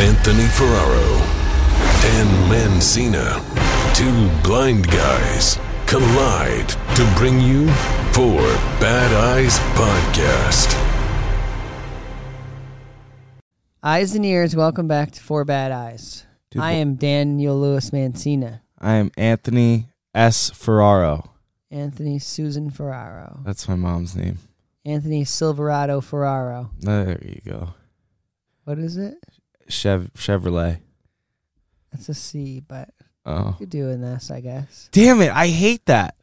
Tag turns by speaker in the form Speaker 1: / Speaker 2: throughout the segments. Speaker 1: Anthony Ferraro, Dan Mancina, two blind guys collide to bring you Four Bad Eyes Podcast.
Speaker 2: Eyes and ears, welcome back to Four Bad Eyes.
Speaker 3: Dude,
Speaker 2: I am Daniel Lewis Mancina,
Speaker 3: I am Anthony S. Ferraro.
Speaker 2: Anthony Susan Ferraro,
Speaker 3: That's my mom's name.
Speaker 2: Anthony Silverado Ferraro.
Speaker 3: There you go.
Speaker 2: What is it?
Speaker 3: Chev- Chevrolet.
Speaker 2: That's a C, but
Speaker 3: Oh.
Speaker 2: you're doing this, I guess.
Speaker 3: Damn it. I hate that.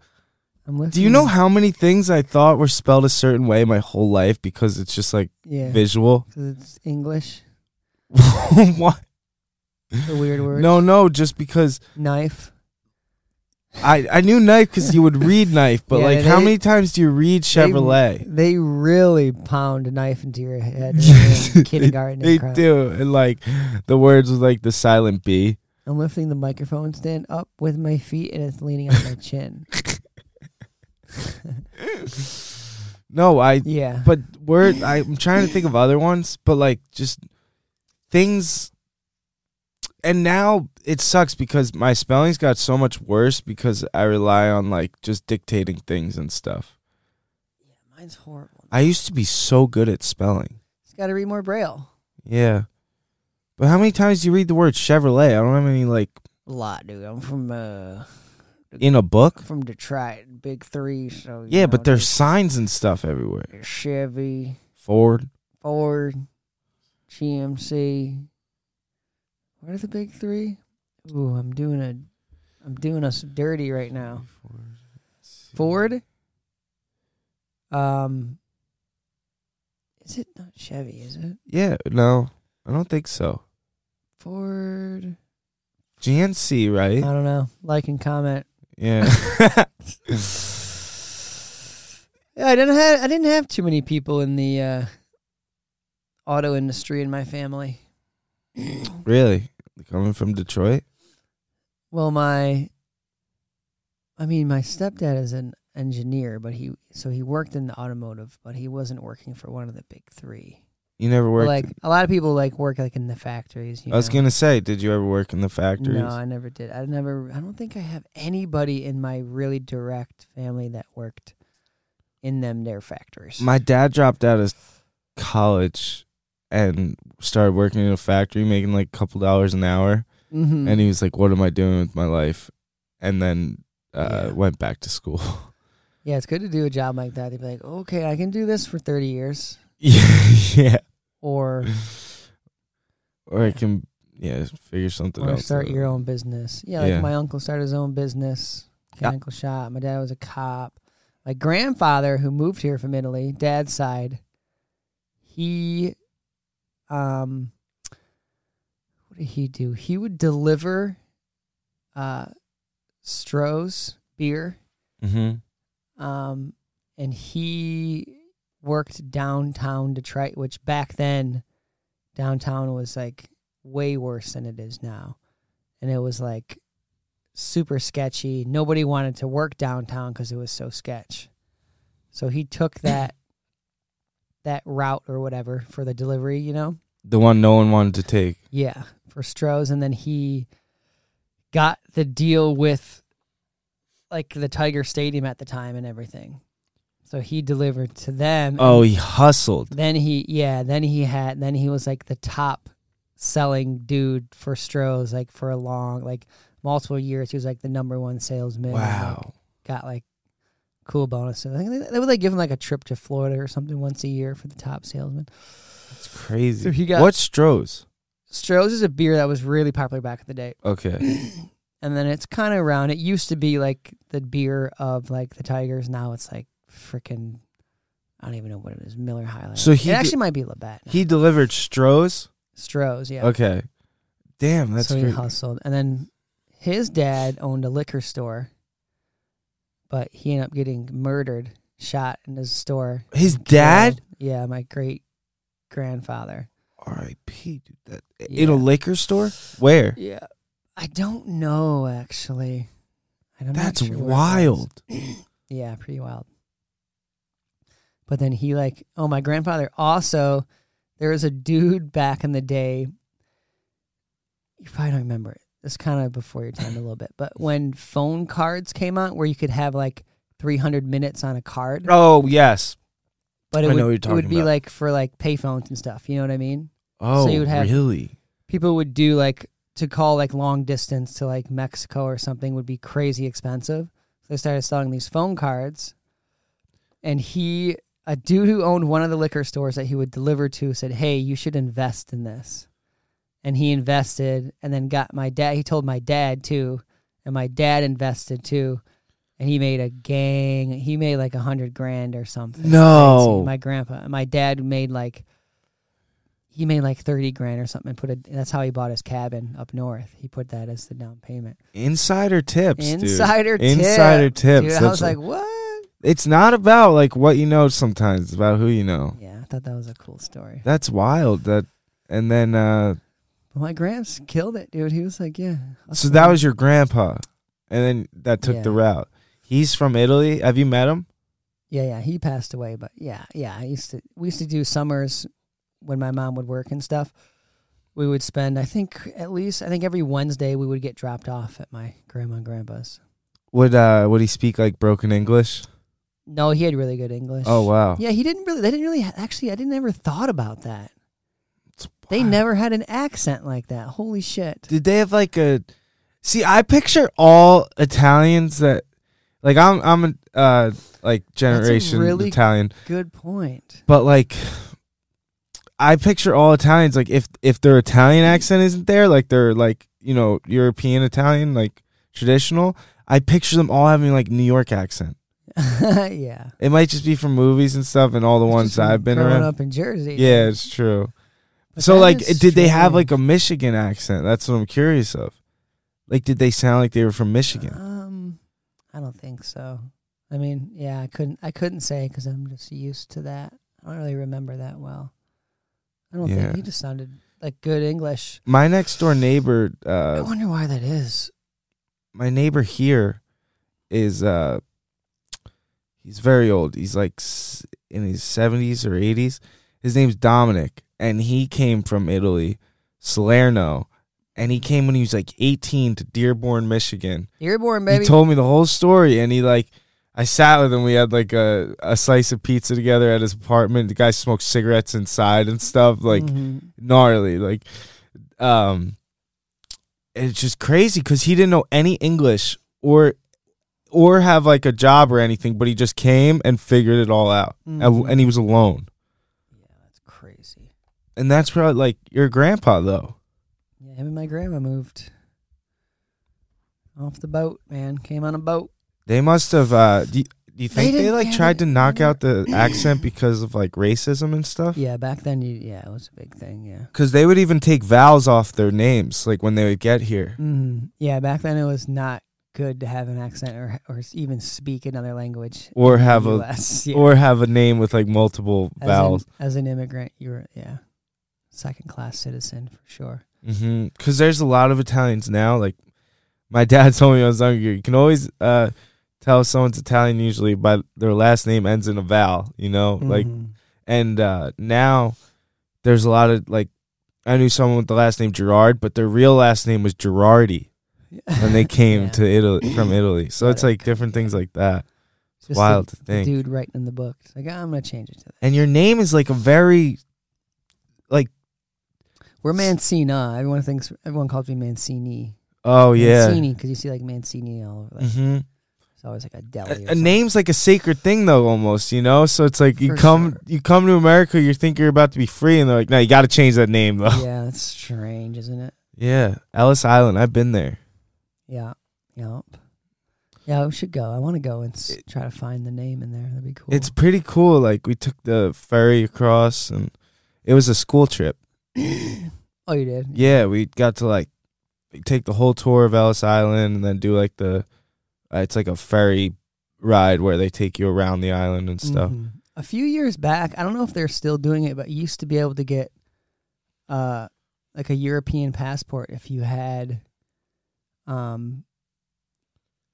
Speaker 2: I'm listening.
Speaker 3: Do you know how many things I thought were spelled a certain way my whole life because it's just like
Speaker 2: Yeah,
Speaker 3: visual?
Speaker 2: because it's English.
Speaker 3: what?
Speaker 2: It's a weird word.
Speaker 3: No, no, just because
Speaker 2: knife.
Speaker 3: I, I knew knife because you would read knife, but
Speaker 2: Yeah,
Speaker 3: like how
Speaker 2: they-
Speaker 3: many times do you read Chevrolet?
Speaker 2: They really pound a knife into your head
Speaker 3: Yes,
Speaker 2: in kindergarten.
Speaker 3: They
Speaker 2: and crap.
Speaker 3: do. And like the words with like the silent B.
Speaker 2: I'm lifting the microphone stand up with my feet, and it's leaning on my chin.
Speaker 3: No, I
Speaker 2: Yeah,
Speaker 3: But word, I'm trying to think of other ones, but like just things. And now it sucks because my spellings got so much worse because I rely on like just dictating things and stuff.
Speaker 2: mine's horrible.
Speaker 3: I used to be so good at spelling.
Speaker 2: It's got to read more braille.
Speaker 3: Yeah. But how many times do you read the word Chevrolet? I don't have any like
Speaker 2: A lot, dude. I'm from uh
Speaker 3: in a book.
Speaker 2: from Detroit, Big Three. So you
Speaker 3: Yeah,
Speaker 2: know,
Speaker 3: but there's signs and stuff everywhere.
Speaker 2: there's Chevy,
Speaker 3: Ford.
Speaker 2: Ford, GMC. What are the Big Three? Ooh, I'm doing a, I'm doing us dirty right now. Ford. Um, is it not Chevy? Is it
Speaker 3: Yeah, no, I don't think so.
Speaker 2: Ford?
Speaker 3: GNC,
Speaker 2: I
Speaker 3: right?
Speaker 2: don't know. Like and comment.
Speaker 3: Yeah.
Speaker 2: Yeah, I didn't have I didn't have too many people in the uh, auto industry in my family.
Speaker 3: really? Coming from Detroit?
Speaker 2: Well, my, I mean, my stepdad is an engineer, but he so he worked in the automotive, but he wasn't working for one of the big three.
Speaker 3: You never worked.
Speaker 2: Like a lot of people, like work like in the factories. You
Speaker 3: I was
Speaker 2: know?
Speaker 3: gonna say, did you ever work in the factories?
Speaker 2: No, I never did. I never. I don't think I have anybody in my really direct family that worked in them their factories.
Speaker 3: My dad dropped out of college and started working in a factory, making like a couple dollars an hour.
Speaker 2: Mhm.
Speaker 3: And he was like, "What am I doing with my life?" And then uh,
Speaker 2: Yeah.
Speaker 3: went back to school.
Speaker 2: yeah, it's good to do a job like that. They'd be like, okay, I can do this for thirty years,
Speaker 3: yeah.
Speaker 2: or
Speaker 3: Or I can, yeah, figure something
Speaker 2: or
Speaker 3: else.
Speaker 2: start
Speaker 3: out.
Speaker 2: your own business. Yeah, like
Speaker 3: Yeah.
Speaker 2: my uncle started his own business, mechanical shop. My dad was a cop. My grandfather, who moved here from Italy, dad's side, he, um, what did he do? He would deliver, uh, Stroh's beer, Mm-hmm.
Speaker 3: Mhm.
Speaker 2: um, and he worked downtown Detroit, which back then downtown was like way worse than it is now, and it was like super sketchy. Nobody wanted to work downtown because it was so sketch. So he took that that route or whatever for the delivery, you know.
Speaker 3: The one no one wanted to take.
Speaker 2: Yeah, for Stroh's, and then he got the deal with like the Tiger Stadium at the time and everything. So he delivered to them.
Speaker 3: Oh, he hustled.
Speaker 2: Then he, yeah, then he had, then he was like the top selling dude for Stroh's, like for a long, like multiple years. He was like the number one salesman. and, like,
Speaker 3: Wow.
Speaker 2: got like cool bonuses. I think they, they would like give him like a trip to Florida or something once a year for the top salesman.
Speaker 3: That's crazy.
Speaker 2: So he got-
Speaker 3: What's Stroh's?
Speaker 2: Stroh's is a beer that was really popular back in the day.
Speaker 3: Okay.
Speaker 2: and then it's kind of round. It used to be like the beer of like the Tigers. Now it's like freaking, I don't even know what it is. Miller High Life.
Speaker 3: So he
Speaker 2: it
Speaker 3: d-
Speaker 2: actually might be Labatt. He
Speaker 3: he delivered Stroh's?
Speaker 2: Stroh's, yeah.
Speaker 3: Okay. Damn, that's
Speaker 2: so he
Speaker 3: great.
Speaker 2: hustled, and then his dad owned a liquor store, but he ended up getting murdered, shot in his store.
Speaker 3: His
Speaker 2: killed.
Speaker 3: dad?
Speaker 2: Yeah, my great grandfather.
Speaker 3: R.I.P. Dude, that in
Speaker 2: Yeah.
Speaker 3: a liquor store? Where?
Speaker 2: Yeah, I don't know actually. I'm not
Speaker 3: That's
Speaker 2: sure where it was.
Speaker 3: wild.
Speaker 2: Yeah, pretty wild. But then he like, oh, my grandfather also. There was a dude back in the day. you probably don't remember it. It's kind of before your time a little bit, but when phone cards came out, where you could have like 300 minutes on a card,
Speaker 3: Oh yes.
Speaker 2: but it
Speaker 3: I
Speaker 2: would,
Speaker 3: know what you're
Speaker 2: it would
Speaker 3: talking
Speaker 2: be
Speaker 3: about.
Speaker 2: like for like payphones and stuff. You know what I mean?
Speaker 3: Oh,
Speaker 2: you would have-
Speaker 3: really?
Speaker 2: People would do like to call like long distance to like Mexico or something would be crazy expensive. So they started selling these phone cards, and he, a dude who owned one of the liquor stores that he would deliver to, said, "Hey, you should invest in this." And he invested, and then got my dad. He told my dad too, and my dad invested too, and he made a gang. He made like a hundred grand or something
Speaker 3: No.
Speaker 2: my grandpa and my dad made like he made like 30 grand or something and put it that's how he bought his cabin up north he put that as the down payment
Speaker 3: Insider tips. dude.
Speaker 2: insider tip.
Speaker 3: Insider tips.
Speaker 2: Dude, i
Speaker 3: That's
Speaker 2: was like what
Speaker 3: it's not about like what you know sometimes, it's about who you know.
Speaker 2: yeah i thought that was a cool story
Speaker 3: That's wild. That and then uh
Speaker 2: but my gramps killed it dude he was like yeah I'll
Speaker 3: so
Speaker 2: come
Speaker 3: that
Speaker 2: in.
Speaker 3: was your grandpa. And then that took the
Speaker 2: Yeah.
Speaker 3: route. He's from Italy. Have you met him?
Speaker 2: yeah yeah he passed away but yeah yeah i used to we used to do summers when my mom would work and stuff we would spend i think at least i think every wednesday we would get dropped off at my grandma and grandpa's
Speaker 3: Would uh would he speak like broken English?
Speaker 2: no he had really good english
Speaker 3: Oh wow.
Speaker 2: Yeah, he didn't really. They didn't really. Actually, I didn't ever thought about that.
Speaker 3: It's
Speaker 2: They
Speaker 3: wild.
Speaker 2: never had an accent like that. Holy shit!
Speaker 3: Did they have like a? See, I picture all Italians that, like, I'm I'm a uh, like generation
Speaker 2: really-
Speaker 3: Italian,
Speaker 2: Good point.
Speaker 3: but like, I picture all Italians like if if their Italian accent isn't there, like they're like you know European Italian, like traditional. I picture them all having like New York accent.
Speaker 2: yeah,
Speaker 3: It might just be from movies and stuff, and all the ones
Speaker 2: Just from
Speaker 3: I've been
Speaker 2: growing
Speaker 3: around.
Speaker 2: up in Jersey.
Speaker 3: yeah, it's true.
Speaker 2: But
Speaker 3: so
Speaker 2: that
Speaker 3: like
Speaker 2: is
Speaker 3: did they have
Speaker 2: strange.
Speaker 3: like a Michigan accent? That's what I'm curious of. Like did they sound like they were from Michigan?
Speaker 2: Um, I don't think so. I mean, yeah, I couldn't. I couldn't say because I'm just used to that. I don't really remember that well. I don't
Speaker 3: Yeah.
Speaker 2: think he just sounded like good English.
Speaker 3: My next door neighbor
Speaker 2: I
Speaker 3: uh
Speaker 2: wonder why that is.
Speaker 3: my neighbor here is uh he's very old. He's like s- in his 70s or 80s. His name's Dominic and he came from Italy, Salerno, and he came when he was like 18 to Dearborn, Michigan.
Speaker 2: Dearborn, baby.
Speaker 3: He told me the whole story, and he like, I sat with him. We had like a, a slice of pizza together at his apartment. The guy smoked cigarettes inside and stuff, like
Speaker 2: Mhm.
Speaker 3: gnarly, like, um, it's just crazy because he didn't know any English or or have like a job or anything, but he just came and figured it all out, And-
Speaker 2: Mhm.
Speaker 3: and, he was alone.
Speaker 2: yeah, that's crazy.
Speaker 3: And that's where like your grandpa though.
Speaker 2: Yeah, him and my grandma moved off the boat. Man, came on a boat.
Speaker 3: They must have. Uh, do, you, do
Speaker 2: They
Speaker 3: you think they,
Speaker 2: didn't-
Speaker 3: like
Speaker 2: yeah,
Speaker 3: tried to
Speaker 2: they-
Speaker 3: knock out the accent because of like racism and stuff?
Speaker 2: Yeah, back then, you yeah, it was a big thing. Yeah,
Speaker 3: Because they would even take vowels off their names, like when they would get here.
Speaker 2: mm, yeah, back then it was not good to have an accent or or even speak another language
Speaker 3: Or
Speaker 2: in the
Speaker 3: have a-
Speaker 2: US, yeah.
Speaker 3: Or have a name with like multiple
Speaker 2: as
Speaker 3: vowels.
Speaker 2: An, as an immigrant, you were yeah, second class citizen for sure.
Speaker 3: Because Mm-hmm. there's a lot of Italians now. Like my dad told me when I was younger, you can always uh, tell someone's Italian usually by their last name ends in a vowel, you know? Oh, Like,
Speaker 2: Mhm.
Speaker 3: and uh, now there's a lot of like, I knew someone with the last name Gerard, but their real last name was Gerardi when they came
Speaker 2: Mm-hmm. Yeah.
Speaker 3: to Italy from Italy. So it's
Speaker 2: Got it.
Speaker 3: like different things like that.
Speaker 2: It's
Speaker 3: It's
Speaker 2: just
Speaker 3: wild to
Speaker 2: The, the
Speaker 3: think.
Speaker 2: dude writing in the book, it's like I'm gonna change it to that.
Speaker 3: and your name is like a very
Speaker 2: We're Mancina. Everyone thinks everyone calls me Mancini.
Speaker 3: oh yeah
Speaker 2: Mancini because you see like Mancini all over. Like,
Speaker 3: hmm
Speaker 2: It's always like a deli. or
Speaker 3: a, a
Speaker 2: something.
Speaker 3: name's like a sacred thing though almost you know so it's like you
Speaker 2: For
Speaker 3: come
Speaker 2: sure.
Speaker 3: you come to america you think you're about to be free and they're like no you got to change that name though
Speaker 2: Yeah, that's strange, isn't it?
Speaker 3: yeah ellis island i've been there
Speaker 2: Yeah. Yep. Yeah, we should go. I want to go and s- try to find the name in there. That'd be cool.
Speaker 3: it's pretty cool like we took the ferry across and it was a school trip
Speaker 2: oh, you did.
Speaker 3: yeah we got to like take the whole tour of ellis island and then do like the uh, it's like a ferry ride where they take you around the island and stuff
Speaker 2: Mhm. A few years back, I don't know if they're still doing it, but you used to be able to get, uh, like a European passport if you had, um,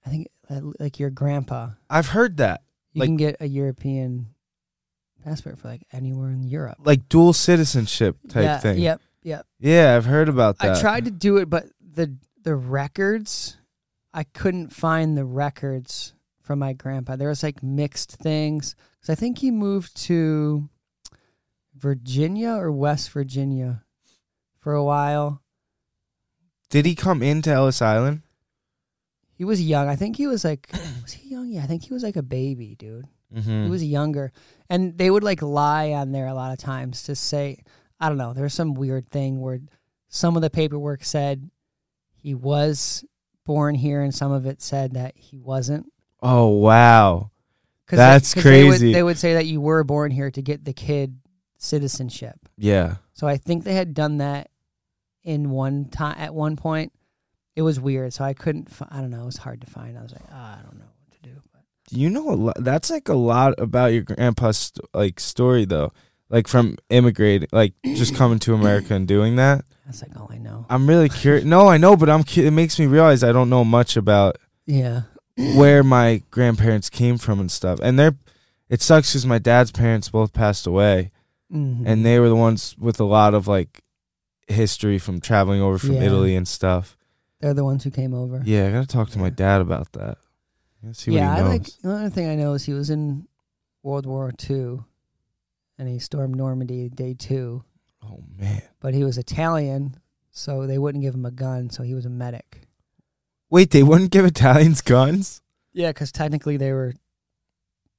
Speaker 2: I think uh, like your grandpa.
Speaker 3: i've heard that
Speaker 2: You
Speaker 3: Like-
Speaker 2: can get a European passport for like anywhere in Europe.
Speaker 3: like dual citizenship type
Speaker 2: yeah,
Speaker 3: thing
Speaker 2: Yep. Yep.
Speaker 3: Yeah, I've heard about that.
Speaker 2: I tried to do it, but the the records, I couldn't find the records from my grandpa. There was like mixed things because I think he moved to Virginia or West Virginia for a while.
Speaker 3: Did he come into Ellis Island?
Speaker 2: He was young. I think he was like, was he young? Yeah, I think he was like a baby, dude.
Speaker 3: Mm-hmm.
Speaker 2: He was younger, and they would like lie on there a lot of times to say, I don't know. There was some weird thing where some of the paperwork said he was born here, and some of it said that he wasn't.
Speaker 3: oh wow,
Speaker 2: Cause
Speaker 3: That's
Speaker 2: they, 'cause they would- They
Speaker 3: crazy.
Speaker 2: would, say that you were born here to get the kid citizenship.
Speaker 3: yeah.
Speaker 2: So I think they had done that in one time at one point. It was weird, so I couldn't. Fi- I don't know. It was hard to find. I was like, ah, I don't know what to do. But
Speaker 3: You know, a lot, that's like a lot about your grandpa's st- like story though, like from immigrating, like just coming to America and doing that.
Speaker 2: that's like all I know.
Speaker 3: I'm really curious. No, I know, but I'm. Cu- it makes me realize I don't know much about
Speaker 2: Yeah,
Speaker 3: where my grandparents came from and stuff. And they're, it sucks because my dad's parents both passed away,
Speaker 2: Mhm.
Speaker 3: and they were the ones with a lot of like history from traveling over from
Speaker 2: Yeah.
Speaker 3: Italy and stuff.
Speaker 2: they're the ones who came over.
Speaker 3: Yeah, I gotta talk to my
Speaker 2: Yeah.
Speaker 3: dad about that. Let's see
Speaker 2: yeah,
Speaker 3: what he
Speaker 2: I
Speaker 3: knows.
Speaker 2: like another thing I know is he was in World War Two, and he stormed Normandy day two.
Speaker 3: oh man,
Speaker 2: But he was Italian, so they wouldn't give him a gun, so he was a medic.
Speaker 3: wait, they wouldn't give Italians guns.
Speaker 2: Yeah, because technically they were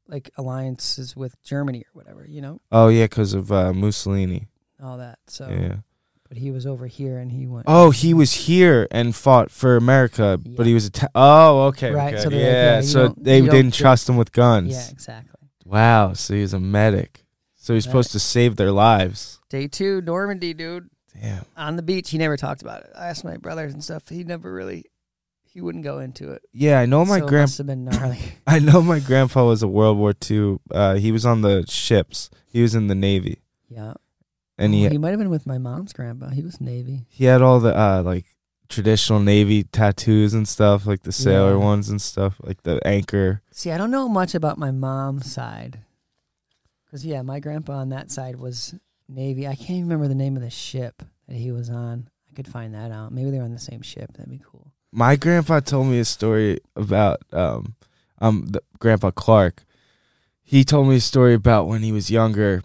Speaker 2: like alliances with Germany or whatever, you know,
Speaker 3: Oh yeah, because of uh, Mussolini.
Speaker 2: all that. So,
Speaker 3: Yeah.
Speaker 2: but he was over here and he went.
Speaker 3: Oh, he was here and fought for America, but
Speaker 2: Yeah.
Speaker 3: he was Ita- Oh, okay.
Speaker 2: Right,
Speaker 3: okay.
Speaker 2: so they're
Speaker 3: yeah.
Speaker 2: like, yeah, you
Speaker 3: so
Speaker 2: don't-
Speaker 3: they
Speaker 2: you don't
Speaker 3: didn't
Speaker 2: get-
Speaker 3: trust him with guns.
Speaker 2: yeah, exactly.
Speaker 3: Wow. So he was a medic. So he's supposed to save their lives.
Speaker 2: Day two, Normandy, dude,
Speaker 3: Damn.
Speaker 2: on the beach. He never talked about it. I asked my brothers and stuff. He never really, he wouldn't go into it.
Speaker 3: Yeah, I know Oh, my
Speaker 2: so it
Speaker 3: grand.
Speaker 2: must have been gnarly.
Speaker 3: I know my grandpa was a World War II. Uh, he was on the ships. He was in the Navy,
Speaker 2: yeah,
Speaker 3: and
Speaker 2: Well,
Speaker 3: he
Speaker 2: he might have been with my mom's grandpa. He was Navy.
Speaker 3: he had all the uh, like traditional Navy tattoos and stuff, like the sailor
Speaker 2: Yeah.
Speaker 3: ones and stuff, like the anchor.
Speaker 2: See, I don't know much about my mom's side. Because, yeah, my grandpa on that side was Navy. I can't even remember the name of the ship that he was on. I could find that out. Maybe they were on the same ship. That'd be cool.
Speaker 3: my grandpa told me a story about um um the, grandpa clark he told me a story about when he was younger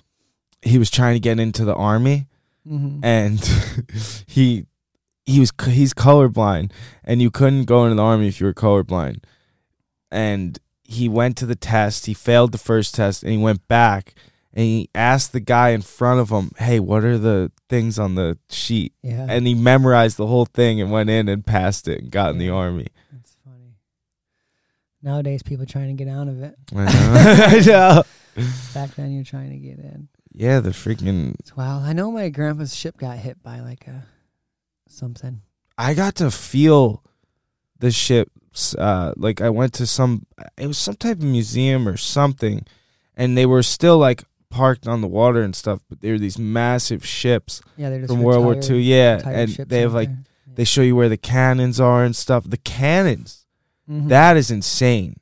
Speaker 3: he was trying to get into the army
Speaker 2: Mm-hmm.
Speaker 3: and he he was c- he's colorblind and you couldn't go into the army if you were colorblind and he went to the test he failed the first test and he went back and he asked the guy in front of him hey what are the things on the sheet
Speaker 2: yeah.
Speaker 3: and he memorized the whole thing and went in and passed it and got in the army
Speaker 2: that's funny. Nowadays, people trying to get out of it.
Speaker 3: I know.
Speaker 2: Back then, you're trying to get in.
Speaker 3: Yeah, the freaking.
Speaker 2: It's wild. I know my grandpa's ship got hit by like a something.
Speaker 3: I got to feel the ships. Uh, like I went to some. It was some type of museum or something, and they were still like parked on the water and stuff. But they were these massive ships
Speaker 2: Yeah, they're just
Speaker 3: from World War
Speaker 2: retired-
Speaker 3: Two. Yeah,
Speaker 2: retired
Speaker 3: and
Speaker 2: ships
Speaker 3: they have
Speaker 2: out
Speaker 3: like
Speaker 2: there.
Speaker 3: they show you where the cannons are and stuff. The cannons.
Speaker 2: Mhm.
Speaker 3: That is insane.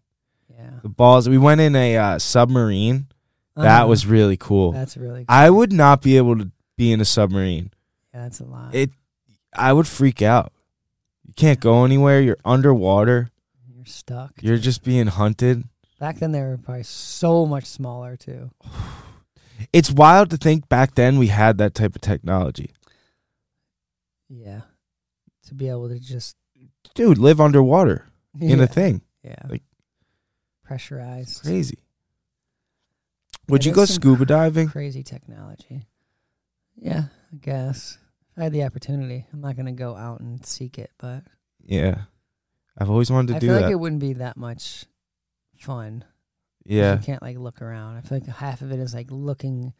Speaker 2: yeah.
Speaker 3: The balls. We went in a uh, submarine. That
Speaker 2: Uh-huh.
Speaker 3: was really cool.
Speaker 2: That's really.
Speaker 3: I would not be able to be in a submarine.
Speaker 2: yeah, that's a lot.
Speaker 3: it I would freak out. You can't go anywhere. You're underwater.
Speaker 2: You're stuck.
Speaker 3: You're just being hunted.
Speaker 2: Back then, they were probably so much smaller too.
Speaker 3: It's wild to think back then we had that type of technology.
Speaker 2: Yeah, to be able to just
Speaker 3: Dude, live underwater in
Speaker 2: yeah,
Speaker 3: a thing.
Speaker 2: yeah,
Speaker 3: like-
Speaker 2: pressurized,
Speaker 3: Crazy. Would
Speaker 2: Yeah,
Speaker 3: you go
Speaker 2: there's some
Speaker 3: scuba diving?
Speaker 2: crazy technology. Yeah, I guess if I had the opportunity. I'm not gonna go out and seek it, but
Speaker 3: Yeah. I've always wanted to
Speaker 2: I
Speaker 3: do
Speaker 2: feel
Speaker 3: that.
Speaker 2: like it wouldn't be that much fun. 'cause
Speaker 3: yeah.
Speaker 2: you can't like look around. I feel like half of it is like looking,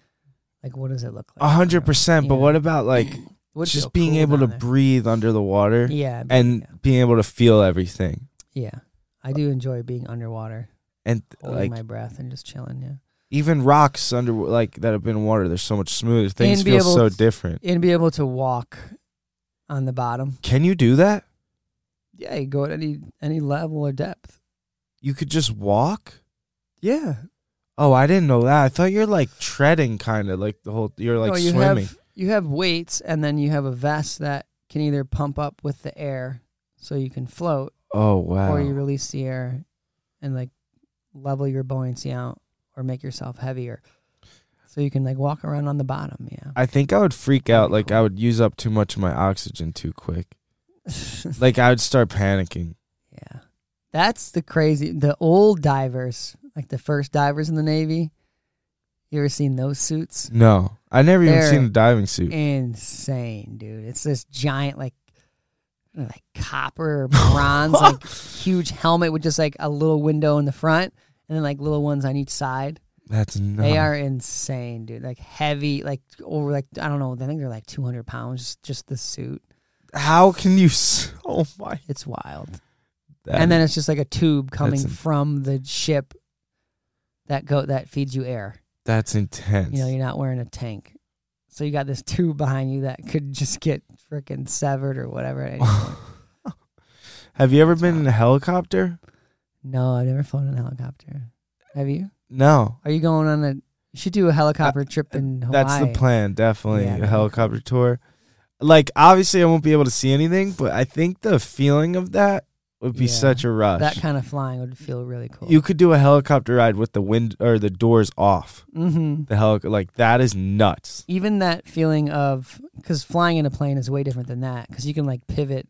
Speaker 2: like what does it look like?
Speaker 3: A hundred percent. But
Speaker 2: Yeah.
Speaker 3: what about like
Speaker 2: It would feel
Speaker 3: just being
Speaker 2: cool
Speaker 3: able to
Speaker 2: down there.
Speaker 3: breathe under the water
Speaker 2: Yeah, but-
Speaker 3: and
Speaker 2: yeah.
Speaker 3: being able to feel everything?
Speaker 2: yeah, I do enjoy being underwater.
Speaker 3: And
Speaker 2: holding
Speaker 3: Uh, like
Speaker 2: my breath and just chilling, yeah.
Speaker 3: even rocks under like that have been in water, they're so much smoother. Things
Speaker 2: be
Speaker 3: feel
Speaker 2: able
Speaker 3: so
Speaker 2: to-
Speaker 3: different.
Speaker 2: And be able to walk on the bottom.
Speaker 3: Can you do that?
Speaker 2: Yeah, you go at any any level or depth.
Speaker 3: You could just walk?
Speaker 2: Yeah.
Speaker 3: Oh, I didn't know that. I thought you're like treading kind of like the whole you're like
Speaker 2: you
Speaker 3: swimming.
Speaker 2: have you have weights and then you have a vest that can either pump up with the air so you can float
Speaker 3: Oh wow.
Speaker 2: or you release the air and like level your buoyancy out or make yourself heavier so you can like walk around on the bottom yeah
Speaker 3: I think I would freak out. Like I would use up too much of my oxygen too quick. Like I would start panicking.
Speaker 2: yeah that's the crazy the old divers like the first divers in the navy you ever seen those suits
Speaker 3: No, I never even
Speaker 2: There.
Speaker 3: seen a diving suit.
Speaker 2: insane dude it's this giant like I don't know, like copper or bronze like huge helmet with just like a little window in the front and then like little ones on each side
Speaker 3: That's no.
Speaker 2: They are insane, dude. Like heavy, like over, like I don't know. I think they're like 200 pounds. Just, just the suit.
Speaker 3: How can you? s- Oh my.
Speaker 2: It's wild.
Speaker 3: That
Speaker 2: and then it's just like a tube coming
Speaker 3: that's in-
Speaker 2: from the ship that go that feeds you air.
Speaker 3: That's intense.
Speaker 2: You know, you're not wearing a tank, so you got this tube behind you that could just get freaking severed or whatever. at any point.
Speaker 3: Have you ever been in a helicopter?
Speaker 2: no, I've never flown in a helicopter. Have you?
Speaker 3: No.
Speaker 2: Are you going on a? You should do a helicopter trip in Hawaii.
Speaker 3: That's the plan, definitely.
Speaker 2: Yeah.
Speaker 3: A helicopter tour. Like obviously I won't be able to see anything, but I think the feeling of that would be
Speaker 2: Yeah.
Speaker 3: such a rush.
Speaker 2: That kind of flying would feel really cool.
Speaker 3: you could do a helicopter ride with the wind or the doors off.
Speaker 2: mm-hmm.
Speaker 3: The helic like that is nuts.
Speaker 2: even that feeling of because flying in a plane is way different than that because you can like pivot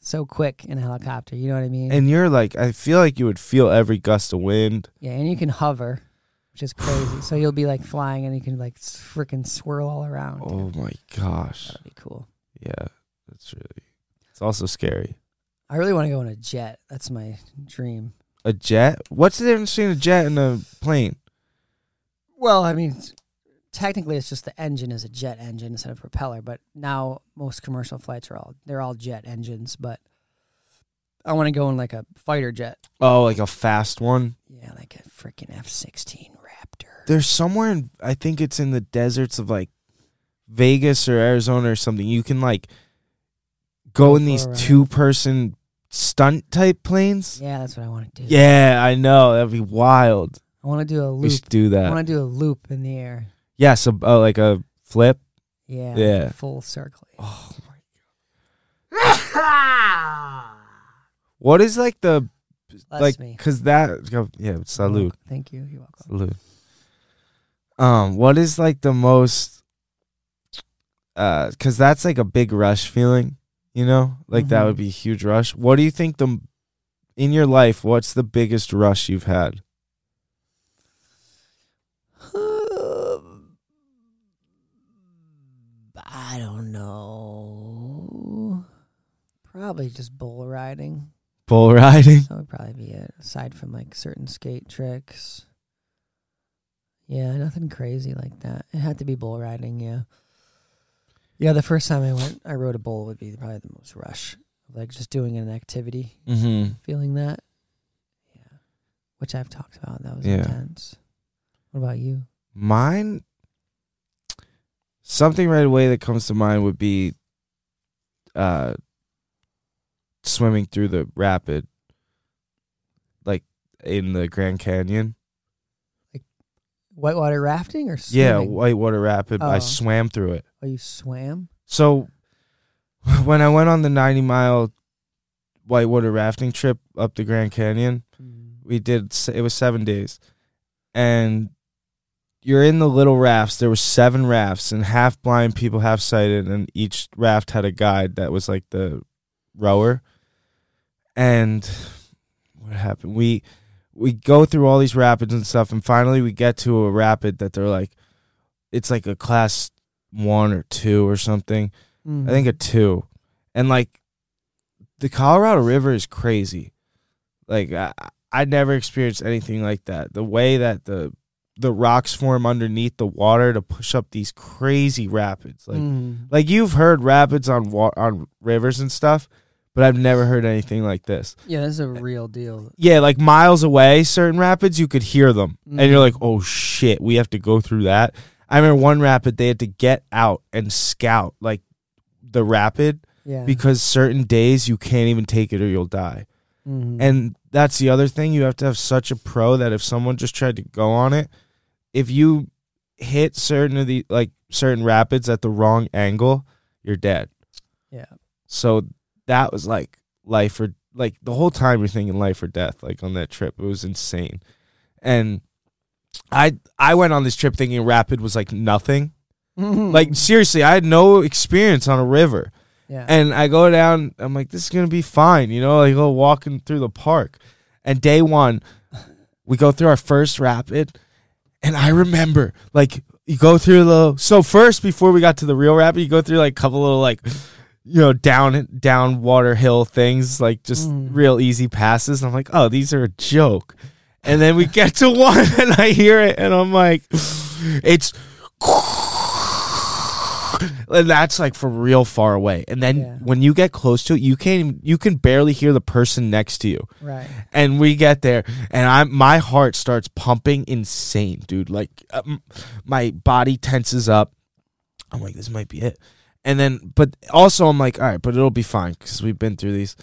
Speaker 2: so quick in a helicopter you know what i mean
Speaker 3: And you're like I feel like you would feel every gust of wind.
Speaker 2: yeah and you can hover which is crazy so you'll be like flying and you can like freaking swirl all around dude.
Speaker 3: Oh my gosh.
Speaker 2: that'd be cool
Speaker 3: Yeah. That's really it's also scary.
Speaker 2: i really want to go on a jet that's my dream
Speaker 3: A jet? What's the difference between a jet and a plane?
Speaker 2: well i mean it's- technically it's just the engine is a jet engine instead of propeller but now most commercial flights are all they're all jet engines but i want to go in like a fighter jet
Speaker 3: Oh, like a fast one?
Speaker 2: yeah like a freaking f-16 raptor
Speaker 3: there's somewhere in I think it's in the deserts of like Vegas or Arizona or something. You can like go,
Speaker 2: Go
Speaker 3: in
Speaker 2: for
Speaker 3: these
Speaker 2: a ride.
Speaker 3: two person stunt type planes.
Speaker 2: Yeah, that's what I want to do.
Speaker 3: Yeah, I know. That'd be wild.
Speaker 2: I want to do a
Speaker 3: We
Speaker 2: loop.
Speaker 3: should do
Speaker 2: I
Speaker 3: that.
Speaker 2: want to do a loop in the air.
Speaker 3: Yeah, so uh, like a flip.
Speaker 2: Yeah.
Speaker 3: Yeah.
Speaker 2: Full circle.
Speaker 3: Oh my god. What is like the
Speaker 2: Bless
Speaker 3: like
Speaker 2: me.
Speaker 3: cuz that yeah, salute.
Speaker 2: Thank you. You're welcome.
Speaker 3: Salute. Um, what is like the most? Uh, cause that's like a big rush feeling, you know. Like that
Speaker 2: Mhm.
Speaker 3: would be a huge rush. What do you think the in your life? What's the biggest rush you've had?
Speaker 2: I don't know. Probably just bull riding.
Speaker 3: Bull riding.
Speaker 2: That would probably be it. Aside from like certain skate tricks. Yeah, nothing crazy like that. It had to be bull riding, yeah. Yeah, the first time I went, I rode a bull would be probably the most rush. Like just doing an activity,
Speaker 3: Mm-hmm.
Speaker 2: feeling that. Yeah. Which I've talked about. That was
Speaker 3: Yeah.
Speaker 2: intense. What about you?
Speaker 3: Mine. Something right away that comes to mind would be. Uh. Swimming through the rapid. Like in the Grand Canyon.
Speaker 2: Whitewater rafting or swimming?
Speaker 3: Yeah, Whitewater Rapid. I
Speaker 2: Oh.
Speaker 3: swam through it.
Speaker 2: oh, you swam?
Speaker 3: So when I went on the 90 mile whitewater rafting trip up the Grand Canyon, we did s- it was 7 days. And you're in the little rafts. There were seven rafts and half blind people, half sighted, and each raft had a guide that was like the rower. And what happened? We we go through all these rapids and stuff and finally we get to a rapid that they're like it's like a class 1 or 2 or something. I think a two. And like the Colorado River is crazy. Like I, I never experienced anything like that. The way that the the rocks form underneath the water to push up these crazy rapids.
Speaker 2: Mm.
Speaker 3: Like like you've heard rapids on wa- on rivers and stuff, but I've never heard anything like this.
Speaker 2: yeah, this is a real deal.
Speaker 3: Yeah, like miles away, certain rapids you could hear them, and you're
Speaker 2: Mhm.
Speaker 3: like, "Oh shit, we have to go through that." I remember one rapid they had to get out and scout like the rapid
Speaker 2: Yeah.
Speaker 3: because certain days you can't even take it or you'll die.
Speaker 2: Mhm.
Speaker 3: And that's the other thing. You have to have such a pro that if someone just tried to go on it, if you hit certain of the like certain rapids at the wrong angle, you're dead.
Speaker 2: Yeah.
Speaker 3: So that was like life or like the whole time you're thinking life or death, like on that trip. It was insane. And I I went on this trip thinking rapid was like nothing.
Speaker 2: Mm-hmm.
Speaker 3: Like seriously, I had no experience on a river.
Speaker 2: yeah.
Speaker 3: And I go down, I'm like, this is gonna be fine, you know, like go walking through the park. And day one, we go through our first rapid, and I remember like you go through the so first before we got to the real rapid, you go through like a couple little like you know, down down water hill things, like just real easy passes. And I'm like, oh, these are a joke. And then we get to one and I hear it and I'm like, it's and that's like from real far away. And then
Speaker 2: Yeah.
Speaker 3: when you get close to it, you can't even, you can barely hear the person next to you.
Speaker 2: right.
Speaker 3: And we get there, and I am my heart starts pumping insane, dude. Like um, my body tenses up. I'm like, this might be it. And then, but also I'm like, all right, but it'll be fine because we've been through these.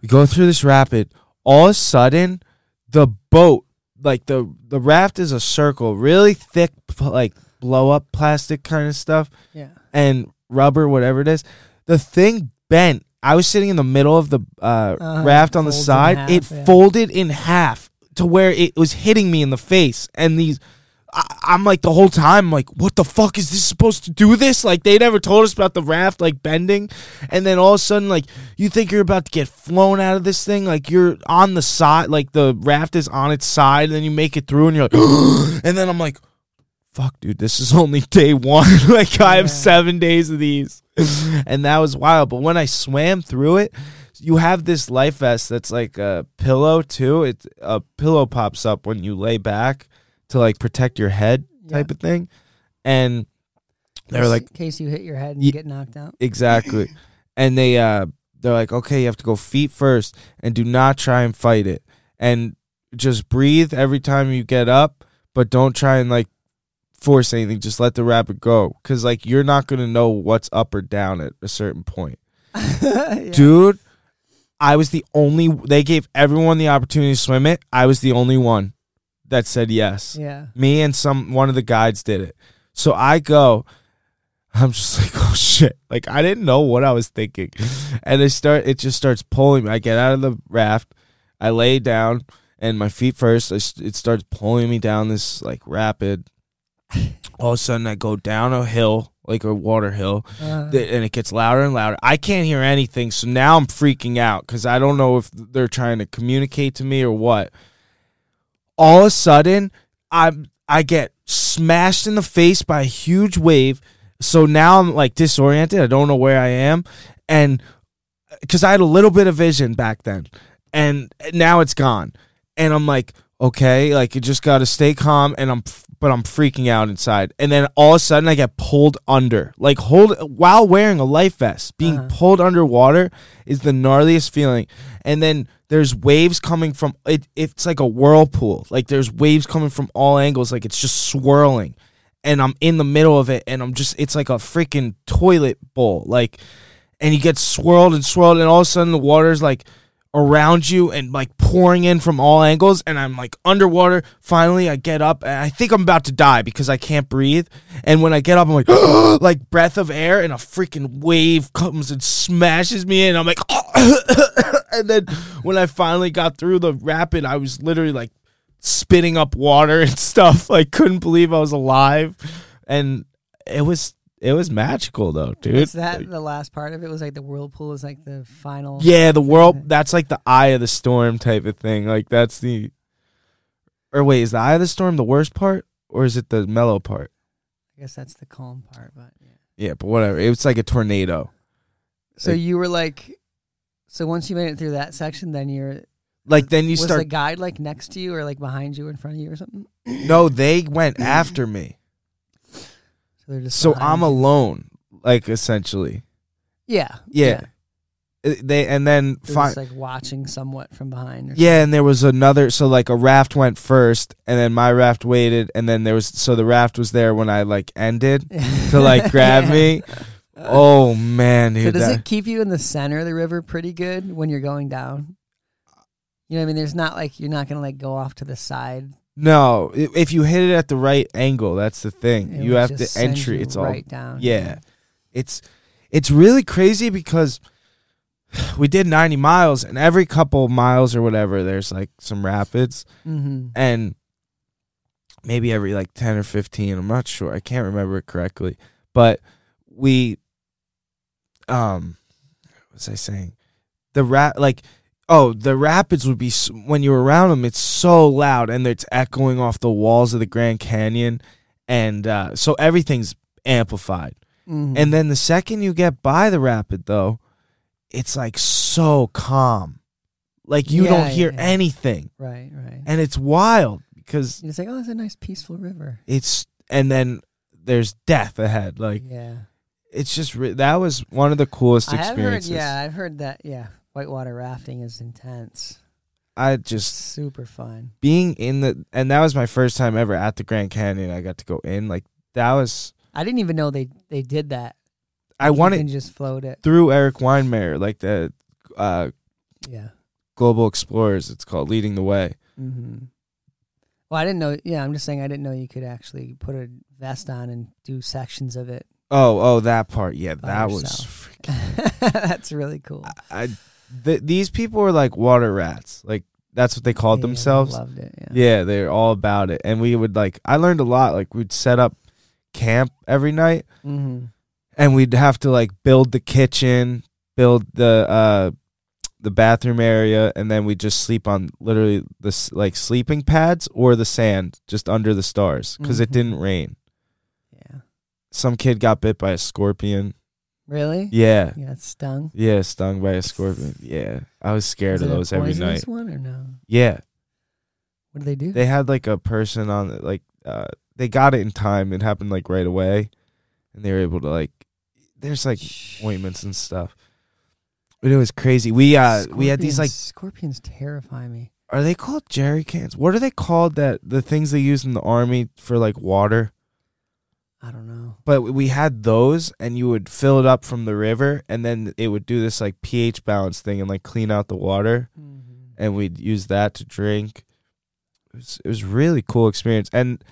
Speaker 3: We go through this rapid. All of a sudden, the boat, like the the raft, is a circle, really thick, pl- like blow up plastic kind of stuff
Speaker 2: Yeah.
Speaker 3: and rubber, whatever it is. The thing bent. I was sitting in the middle of the uh,
Speaker 2: Uh,
Speaker 3: raft on the
Speaker 2: folds in
Speaker 3: side.
Speaker 2: half,
Speaker 3: it
Speaker 2: yeah.
Speaker 3: folded in half to where it was hitting me in the face. And these, I, I'm like the whole time, I'm like, what the fuck is this supposed to do? This like they never told us about the raft like bending. And then all of a sudden, like you think you're about to get flown out of this thing, like you're on the side, like the raft is on its side. And then you make it through, and you're like, and then I'm like, fuck, dude, this is only day one. like, I
Speaker 2: Yeah.
Speaker 3: have seven days of these. and that was wild. But when I swam through it, you have this life vest that's like a pillow, too. It A pillow pops up when you lay back to like protect your head type of thing. And they were
Speaker 2: Just
Speaker 3: like,
Speaker 2: in case you hit your head and
Speaker 3: Ye-
Speaker 2: get knocked out.
Speaker 3: exactly. and they, uh, they're like, okay, you have to go feet first and do not try and fight it. And just breathe every time you get up, but don't try and like force anything. Just let the rabbit go. Cause like you're not gonna know what's up or down at a certain point.
Speaker 2: Yeah.
Speaker 3: Dude, I was the only they gave everyone the opportunity to swim it. I was the only one that said yes.
Speaker 2: Yeah.
Speaker 3: Me and some one of the guides did it. So I go, I'm just like, oh shit. Like I didn't know what I was thinking. And it start it just starts pulling me. I get out of the raft, I lay down, and my feet first, I s- it starts pulling me down this like rapid. All of a sudden I go down a hill, like a water hill,
Speaker 2: Uh,
Speaker 3: th- and it gets louder and louder. I can't hear anything, so now I'm freaking out because I don't know if they're trying to communicate to me or what. All of a sudden, I I get smashed in the face by a huge wave, so now I'm like disoriented. I don't know where I am, and because I had a little bit of vision back then, and now it's gone, and I'm like. Okay, like you just gotta stay calm, and I'm, f- but I'm freaking out inside. And then all of a sudden, I get pulled under, like hold while wearing a life vest. Being
Speaker 2: Uh-huh.
Speaker 3: pulled underwater is the gnarliest feeling. And then there's waves coming from it. It's like a whirlpool. Like there's waves coming from all angles. Like it's just swirling, and I'm in the middle of it, and I'm just it's like a freaking toilet bowl. Like and you get swirled and swirled, and all of a sudden the water's like around you and like pouring in from all angles. And I'm like underwater. Finally, I get up, and I think I'm about to die because I can't breathe. And when I get up, I'm like, like breath of air, and a freaking wave comes and smashes me in. I'm like, and then when I finally got through the rapid, I was literally like spitting up water and stuff. Like, couldn't believe I was alive, and it was. It was magical though, dude.
Speaker 2: is that the last part of it? Was like the whirlpool is like the final.
Speaker 3: Yeah, the world. That's like the eye of the storm type of thing. Like that's the. Or wait, is the eye of the storm the worst part, or is it the mellow part?
Speaker 2: I guess that's the calm part. But yeah.
Speaker 3: Yeah, but whatever. It was like a tornado.
Speaker 2: So
Speaker 3: Like-
Speaker 2: you were like, so once you made it through that section, then you're
Speaker 3: Like then you
Speaker 2: was
Speaker 3: start.
Speaker 2: the guide like next to you or like behind you or in front of you or something.
Speaker 3: no, they went after me,
Speaker 2: So they're just
Speaker 3: so
Speaker 2: behind
Speaker 3: I'm
Speaker 2: you.
Speaker 3: alone. Like essentially,
Speaker 2: Yeah.
Speaker 3: yeah. It- They and then
Speaker 2: They're
Speaker 3: fi-
Speaker 2: just like watching somewhat from behind. Or
Speaker 3: Yeah, and there was another. So like a raft went first, and then my raft waited, and then there was. So the raft was there when I like ended
Speaker 2: something.
Speaker 3: to like grab
Speaker 2: Yeah.
Speaker 3: me. Oh man, dude!
Speaker 2: So does
Speaker 3: that-
Speaker 2: it keep you in the center of the river pretty good when you're going down? You know what I mean? There's not like you're not gonna like go off to the side.
Speaker 3: No, i- if you hit it at the right angle, that's the thing.
Speaker 2: It
Speaker 3: you
Speaker 2: would
Speaker 3: have to
Speaker 2: just send
Speaker 3: entry.
Speaker 2: you
Speaker 3: It's all
Speaker 2: right down.
Speaker 3: yeah. It's it's really crazy because we did 90 miles and every couple miles or whatever there's like some rapids
Speaker 2: Mm-hmm.
Speaker 3: and maybe every like 10 or 15 i'm not sure i can't remember it correctly but we um what was i saying the rap like oh the rapids would be s- when you're around them it's so loud and it's echoing off the walls of the grand canyon and uh, so everything's amplified
Speaker 2: Mm-hmm.
Speaker 3: and then the second you get by the rapid, though, it's like so calm. Like you
Speaker 2: Yeah,
Speaker 3: don't hear
Speaker 2: yeah.
Speaker 3: anything.
Speaker 2: right, right.
Speaker 3: And it's wild because
Speaker 2: And it's like, oh, it's a nice peaceful river.
Speaker 3: it's, and then there's death ahead. Like
Speaker 2: yeah,
Speaker 3: it's just, re- that was one of the coolest
Speaker 2: I have heard.
Speaker 3: experiences.
Speaker 2: Yeah, I've heard that. Yeah, whitewater rafting is intense.
Speaker 3: I just,
Speaker 2: Super fun.
Speaker 3: being in the, and that was my first time ever at the Grand Canyon. I got to go in. Like that was,
Speaker 2: I didn't even know they they did that.
Speaker 3: I
Speaker 2: want
Speaker 3: wanted
Speaker 2: to just float it.
Speaker 3: through Eric Weinmayer, like the uh,
Speaker 2: Yeah.
Speaker 3: Global Explorers, it's called Leading the Way.
Speaker 2: Mm-hmm. Well, I didn't know. Yeah, I'm just saying I didn't know you could actually put a vest on and do sections of it.
Speaker 3: Oh, oh, that part. Yeah,
Speaker 2: By
Speaker 3: that was
Speaker 2: yourself. That's really cool.
Speaker 3: I, th- these people were like water rats. Like that's what they called
Speaker 2: Yeah,
Speaker 3: themselves.
Speaker 2: Loved it. Yeah.
Speaker 3: Yeah, they're all about it. And we would like I learned a lot. Like we'd set up camp every night,
Speaker 2: Mm-hmm.
Speaker 3: and we'd have to like build the kitchen, build the uh the bathroom area, and then we would just sleep on literally this like sleeping pads or the sand just under the stars because it
Speaker 2: Mhm.
Speaker 3: didn't rain.
Speaker 2: Yeah.
Speaker 3: Some kid got bit by a scorpion.
Speaker 2: Really?
Speaker 3: Yeah.
Speaker 2: You got stung.
Speaker 3: Yeah, stung by a scorpion. Yeah. I was
Speaker 2: Was
Speaker 3: scared of
Speaker 2: it a
Speaker 3: those every
Speaker 2: poisonous
Speaker 3: night.
Speaker 2: One or no?
Speaker 3: Yeah.
Speaker 2: What do they do?
Speaker 3: they had like a person on it, like uh they got it in time it happened like right away and they were able to like there's like
Speaker 2: Shh.
Speaker 3: ointments and stuff but it was crazy we uh we had these like
Speaker 2: scorpions scorpions terrify me.
Speaker 3: are they called jerry cans what are they called that the things they use in the army for like water
Speaker 2: I don't know.
Speaker 3: but we had those and you would fill it up from the river and then it would do this like ph balance thing and like clean out the water
Speaker 2: Mm-hmm.
Speaker 3: and we'd use that to drink. It was, it was a really cool experience, and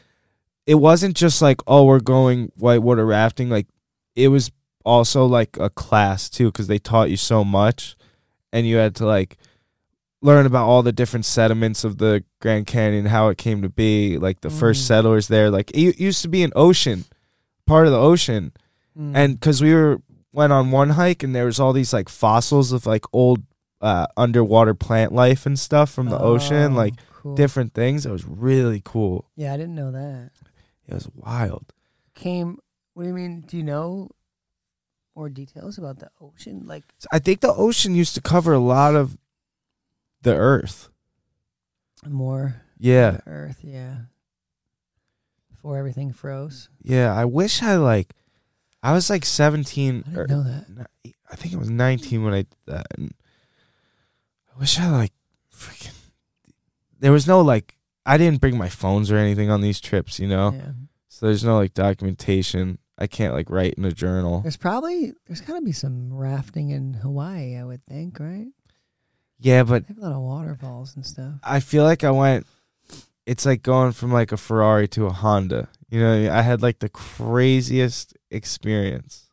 Speaker 3: it wasn't just like oh we're going whitewater rafting. Like it was also like a class too because they taught you so much, and you had to like learn about all the different sediments of the Grand Canyon, how it came to be, like the
Speaker 2: Mm.
Speaker 3: first settlers there. Like it it used to be an ocean, part of the ocean,
Speaker 2: Mm. Mm-hmm.
Speaker 3: and because we were went on one hike and there was all these like fossils of like old uh, underwater plant life and stuff from the ocean, like
Speaker 2: Oh, cool.
Speaker 3: different things. It was really cool.
Speaker 2: Yeah, I didn't know that.
Speaker 3: It was wild.
Speaker 2: Came. What do you mean? Do you know more details about the ocean? Like,
Speaker 3: So I think the ocean used to cover a lot of the Earth.
Speaker 2: more
Speaker 3: Yeah,
Speaker 2: Earth, yeah. Before everything froze.
Speaker 3: yeah. I wish I like. I was like seventeen.
Speaker 2: I
Speaker 3: Or,
Speaker 2: didn't know that.
Speaker 3: ni- I think I was nineteen when I did that, and I wish I like freaking. There was no like. I didn't bring my phones or anything on these trips, you know.
Speaker 2: Yeah.
Speaker 3: So there's no like documentation. I can't like write in a journal.
Speaker 2: There's probably there's gotta be some rafting in Hawaii, I would think, right?
Speaker 3: Yeah, but
Speaker 2: They have a lot of waterfalls and stuff.
Speaker 3: I feel like I went. It's like going from like a Ferrari to a Honda. You know, what I, mean? I had like the craziest experience.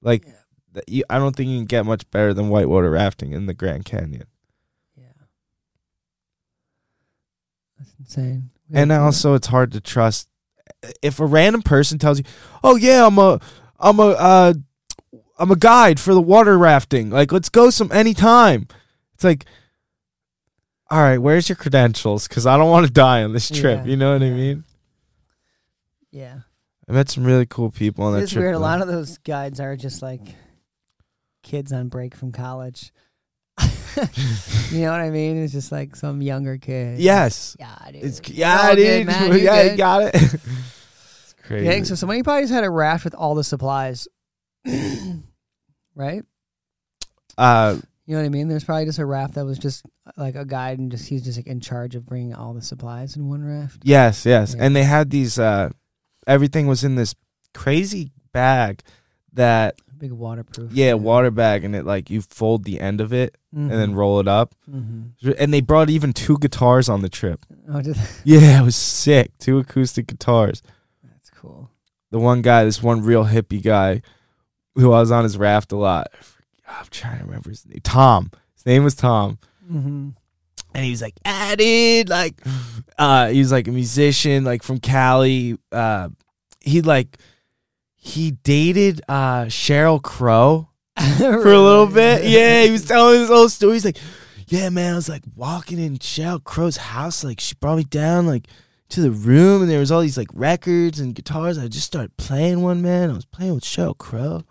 Speaker 3: Like,
Speaker 2: Yeah.
Speaker 3: th- you, I don't think you can get much better than whitewater rafting in the Grand Canyon.
Speaker 2: Yeah. That's insane. We
Speaker 3: And
Speaker 2: gotta do
Speaker 3: also, it's hard to trust. eh, If a random person tells you, "Oh yeah, I'm a, I'm a, uh, I'm a guide for the water rafting. Like, let's go some anytime." It's like, all right, where's your credentials? Because I don't want to die on this trip.
Speaker 2: Yeah,
Speaker 3: you know what I
Speaker 2: yeah.
Speaker 3: mean?
Speaker 2: it. Yeah.
Speaker 3: I met some really cool people on that
Speaker 2: It's
Speaker 3: trip.
Speaker 2: weird. A
Speaker 3: though.
Speaker 2: lot of those guides are just like kids on break from college. you know what I mean? It's just like some younger kid.
Speaker 3: yes,
Speaker 2: Yeah, dude.
Speaker 3: it's
Speaker 2: You're
Speaker 3: yeah,
Speaker 2: all
Speaker 3: dude,
Speaker 2: good, man. You're
Speaker 3: yeah, you
Speaker 2: good.
Speaker 3: got it. it's crazy.
Speaker 2: Yeah, so somebody probably just had a raft with all the supplies, right?
Speaker 3: uh,
Speaker 2: You know what I mean? There's probably just a raft that was just uh, like a guide, and just he's just like in charge of bringing all the supplies in one raft.
Speaker 3: Yes, yes.
Speaker 2: Yeah.
Speaker 3: And they had these uh everything was in this crazy bag that
Speaker 2: big waterproof.
Speaker 3: Yeah, water bag, and it like you fold the end of it and then roll it up.
Speaker 2: hmm
Speaker 3: And they brought even two guitars on the trip.
Speaker 2: Oh, did they-
Speaker 3: Yeah, it was sick. Two acoustic guitars.
Speaker 2: that's cool.
Speaker 3: the one guy, this one real hippie guy who I was on his raft a lot. I forget- I'm trying to remember his name. Tom. His name was Tom.
Speaker 2: Mm-hmm.
Speaker 3: And he was like, added, like, uh, he was like a musician, like from Cali. Uh, he like, he dated uh, Cheryl Crow for a little bit. Yeah, he was telling this whole story. He's like, yeah, man, I was like walking in Cheryl Crow's house. Like, she brought me down, like, to the room, and there was all these like records and guitars. I just started playing one, man. I was playing with Cheryl Crow.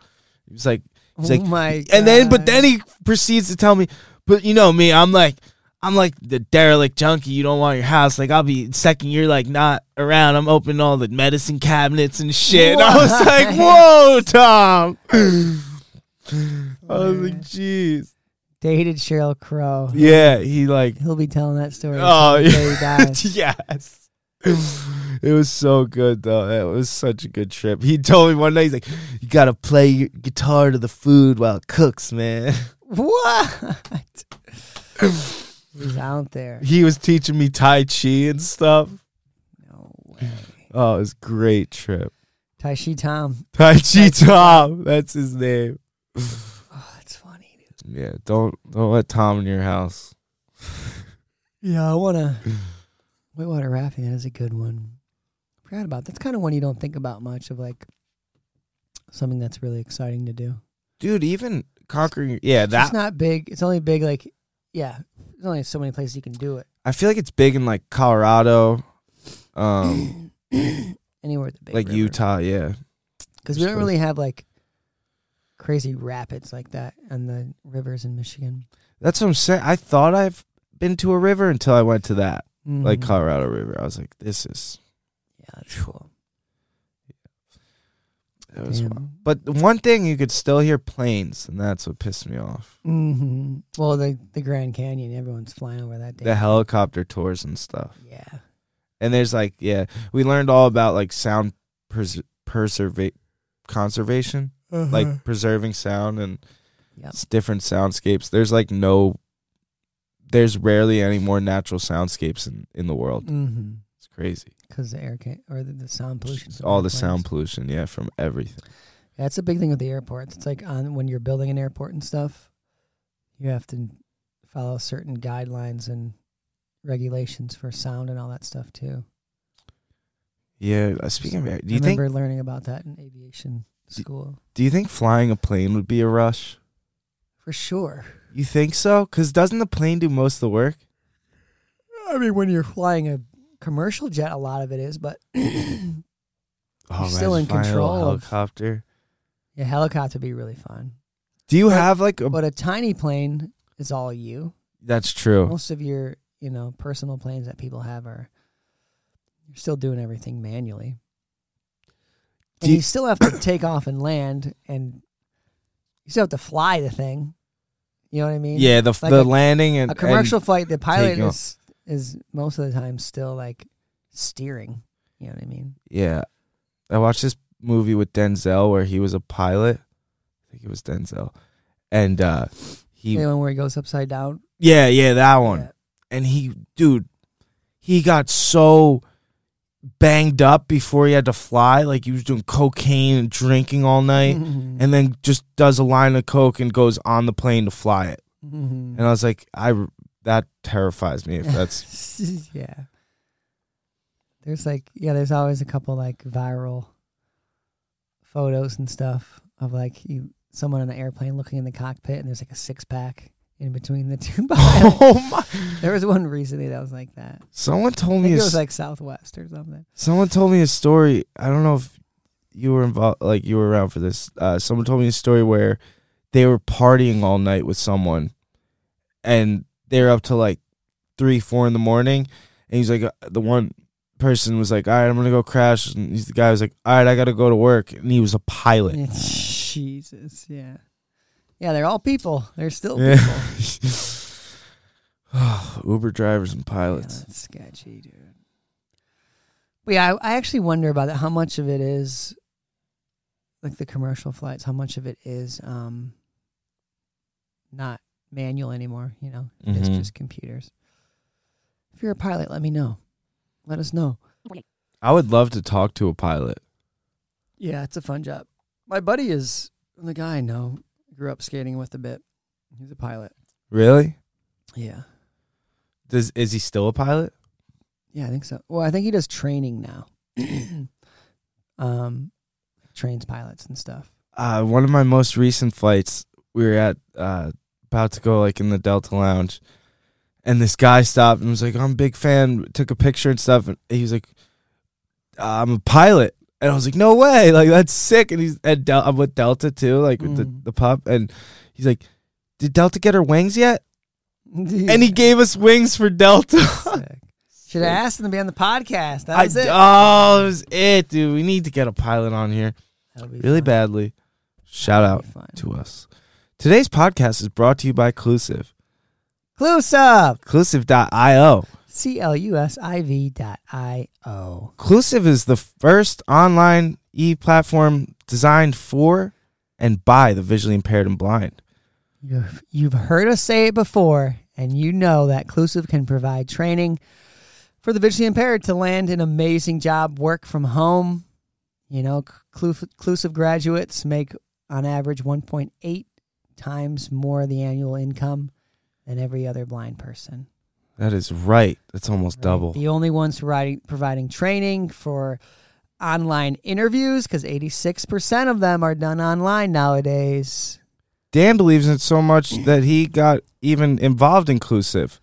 Speaker 3: He was like,
Speaker 2: Oh
Speaker 3: he's like,
Speaker 2: my
Speaker 3: and then, but
Speaker 2: God.
Speaker 3: then he proceeds to tell me, but you know me, I'm like, I'm like the derelict junkie. You don't want your house. Like I'll be second year, like not around. I'm opening all the medicine cabinets and shit. I was like, whoa, Tom. I was like, jeez.
Speaker 2: dated Cheryl Crow.
Speaker 3: Yeah, he like,
Speaker 2: He'll be telling that story.
Speaker 3: oh
Speaker 2: until the day he
Speaker 3: yeah,
Speaker 2: dies.
Speaker 3: yes. It was so good though. It was such a good trip. He told me one night, he's like, "You gotta play your guitar to the food while it cooks, man."
Speaker 2: What? He's out there.
Speaker 3: he was teaching me Tai Chi and stuff.
Speaker 2: No way.
Speaker 3: Oh, it was a great trip.
Speaker 2: Taishi Tom.
Speaker 3: Tai Chi Tom, that's his name.
Speaker 2: Oh, that's funny.
Speaker 3: Yeah, don't don't let Tom in your house.
Speaker 2: Dude. Yeah, I wanna. Whitewater rafting. That is a good one. Forgot about. That's kind of one you don't think about much of, like something that's really exciting to do.
Speaker 3: Dude, even conquering yeah,
Speaker 2: It's just
Speaker 3: that
Speaker 2: not big. It's only big. Like, yeah, there's only so many places you can do it.
Speaker 3: I feel like it's big in like Colorado, um
Speaker 2: Anywhere with the big
Speaker 3: like Utah, yeah.
Speaker 2: because we don't
Speaker 3: Just
Speaker 2: really have like crazy rapids like that on the rivers in Michigan.
Speaker 3: That's what I'm saying. I thought I've been to a river until I went to that, like
Speaker 2: Mhm.
Speaker 3: Colorado River. I was like, this is
Speaker 2: yeah, that's cool.
Speaker 3: that was wild. But the one thing you could still hear planes, and that's what pissed me off.
Speaker 2: hmm Well, the the Grand Canyon, everyone's flying over that.
Speaker 3: The
Speaker 2: Day.
Speaker 3: helicopter tours and stuff.
Speaker 2: Yeah.
Speaker 3: And there's like, yeah, we learned all about like sound pres- preserva- conservation,
Speaker 2: Uh-huh.
Speaker 3: like preserving sound and
Speaker 2: Mm-hmm. Yep.
Speaker 3: s- different soundscapes. There's like no, there's rarely any more natural soundscapes in, in the world.
Speaker 2: hmm
Speaker 3: It's crazy.
Speaker 2: Because the air can or the, the sound pollution. from
Speaker 3: All the
Speaker 2: airplanes.
Speaker 3: sound pollution, yeah, from everything.
Speaker 2: Yeah, that's a big thing with the airports. It's like on when you're building an airport and stuff, you have to follow certain guidelines and regulations for sound and all that stuff too.
Speaker 3: Yeah, uh, speaking of, air- do
Speaker 2: I
Speaker 3: you think
Speaker 2: remember learning about that in aviation school
Speaker 3: do you think flying a plane would be a rush?
Speaker 2: for sure.
Speaker 3: You think so? Cuz doesn't the plane do most of the work?
Speaker 2: I mean, when you're flying a commercial jet, a lot of it is, but yeah,
Speaker 3: Oh,
Speaker 2: still in
Speaker 3: imagine flying a little
Speaker 2: control of-
Speaker 3: helicopter.
Speaker 2: helicopter would be really fun.
Speaker 3: Do you
Speaker 2: But-
Speaker 3: have like a
Speaker 2: But a tiny plane is all you.
Speaker 3: That's true.
Speaker 2: Most of your, you know, personal planes that people have are you're still doing everything manually.
Speaker 3: Do
Speaker 2: And you,
Speaker 3: you-
Speaker 2: still have to take off and land, and you still have to fly the thing. You know what I mean?
Speaker 3: Yeah, the
Speaker 2: Like
Speaker 3: the
Speaker 2: a-
Speaker 3: landing and
Speaker 2: A commercial flight, the pilot
Speaker 3: taking off.
Speaker 2: is is most of the time still like steering. You know what I mean?
Speaker 3: and- yeah, I watched this movie with Denzel where he was a pilot. I think it was Denzel, and uh he
Speaker 2: the one where he goes upside down.
Speaker 3: yeah yeah that one.
Speaker 2: Yeah.
Speaker 3: And he dude, he got so banged up before he had to fly. Like he was doing cocaine and drinking all night,
Speaker 2: Mhm.
Speaker 3: and then just does a line of coke and goes on the plane to fly it.
Speaker 2: Mhm.
Speaker 3: And I was like, I that terrifies me if that's
Speaker 2: yeah. There's like yeah, there's always a couple like viral photos and stuff of like you someone on the airplane looking in the cockpit and there's like a six pack in between the two pilots.
Speaker 3: oh my.
Speaker 2: there was one recently that was like that.
Speaker 3: Someone
Speaker 2: I
Speaker 3: told me
Speaker 2: think it
Speaker 3: a
Speaker 2: was like Southwest or something.
Speaker 3: Someone told me a story. I don't know if you were involved, like you were around for this. Uh, someone told me a story where they were partying all night with someone, and they were up to like three, four in the morning. And he's like, uh, the one person was like, "All right, I'm gonna go crash." And he's, the guy was like, "All right, I gotta go to work," and he was a pilot.
Speaker 2: Yeah, Jesus, yeah. Yeah, they're all people. They're still
Speaker 3: Yeah.
Speaker 2: people.
Speaker 3: Uber drivers and
Speaker 2: Yeah,
Speaker 3: pilots.
Speaker 2: that's sketchy, dude. But yeah, I, I actually wonder about that. How much of it is like the commercial flights, how much of it is um not manual anymore, you know? It's
Speaker 3: Mhm.
Speaker 2: just computers. If you're a pilot, let me know. Let us know.
Speaker 3: I would love to talk to a pilot.
Speaker 2: Yeah, it's a fun job. My buddy is the guy I know, grew up skating with a bit. He's a pilot.
Speaker 3: Really?
Speaker 2: Yeah.
Speaker 3: Does is he still a pilot?
Speaker 2: Yeah, I think so. Well, I think he does training now. um trains pilots and stuff.
Speaker 3: Uh, one of my most recent flights, we were at uh, about to go like in the Delta Lounge, and this guy stopped and was like, "I'm a big fan." Took a picture and stuff, and he was like, uh, "I'm a pilot," and I was like, "No way! Like that's sick!" And he's at Del- I'm with Delta too, like with
Speaker 2: Mm.
Speaker 3: the the pup, and he's like, "Did Delta get her wings yet?" And he gave us wings for Delta.
Speaker 2: Should have asked him to be on the podcast. That
Speaker 3: I,
Speaker 2: was it.
Speaker 3: oh, that was it, dude. We need to get a pilot on here
Speaker 2: That'll be
Speaker 3: really
Speaker 2: fun.
Speaker 3: badly. Shout
Speaker 2: That'll
Speaker 3: out
Speaker 2: be fun.
Speaker 3: to us. Today's podcast is brought to you by Clusive.
Speaker 2: Clues up.
Speaker 3: Clusive.io.
Speaker 2: C L U S I V dot I O.
Speaker 3: Clusive is the first online e platform designed for and by the visually impaired and blind.
Speaker 2: You've, you've heard us say it before, and you know that Clusive can provide training for the visually impaired to land an amazing job, work from home. You know, Clu- Clusive graduates make on average 1.8 times more the annual income than every other blind person.
Speaker 3: That is right. That's almost
Speaker 2: right?
Speaker 3: double.
Speaker 2: The only ones providing, providing training for online interviews because 86% of them are done online nowadays.
Speaker 3: Dan believes in it so much that he got even involved in Clusive.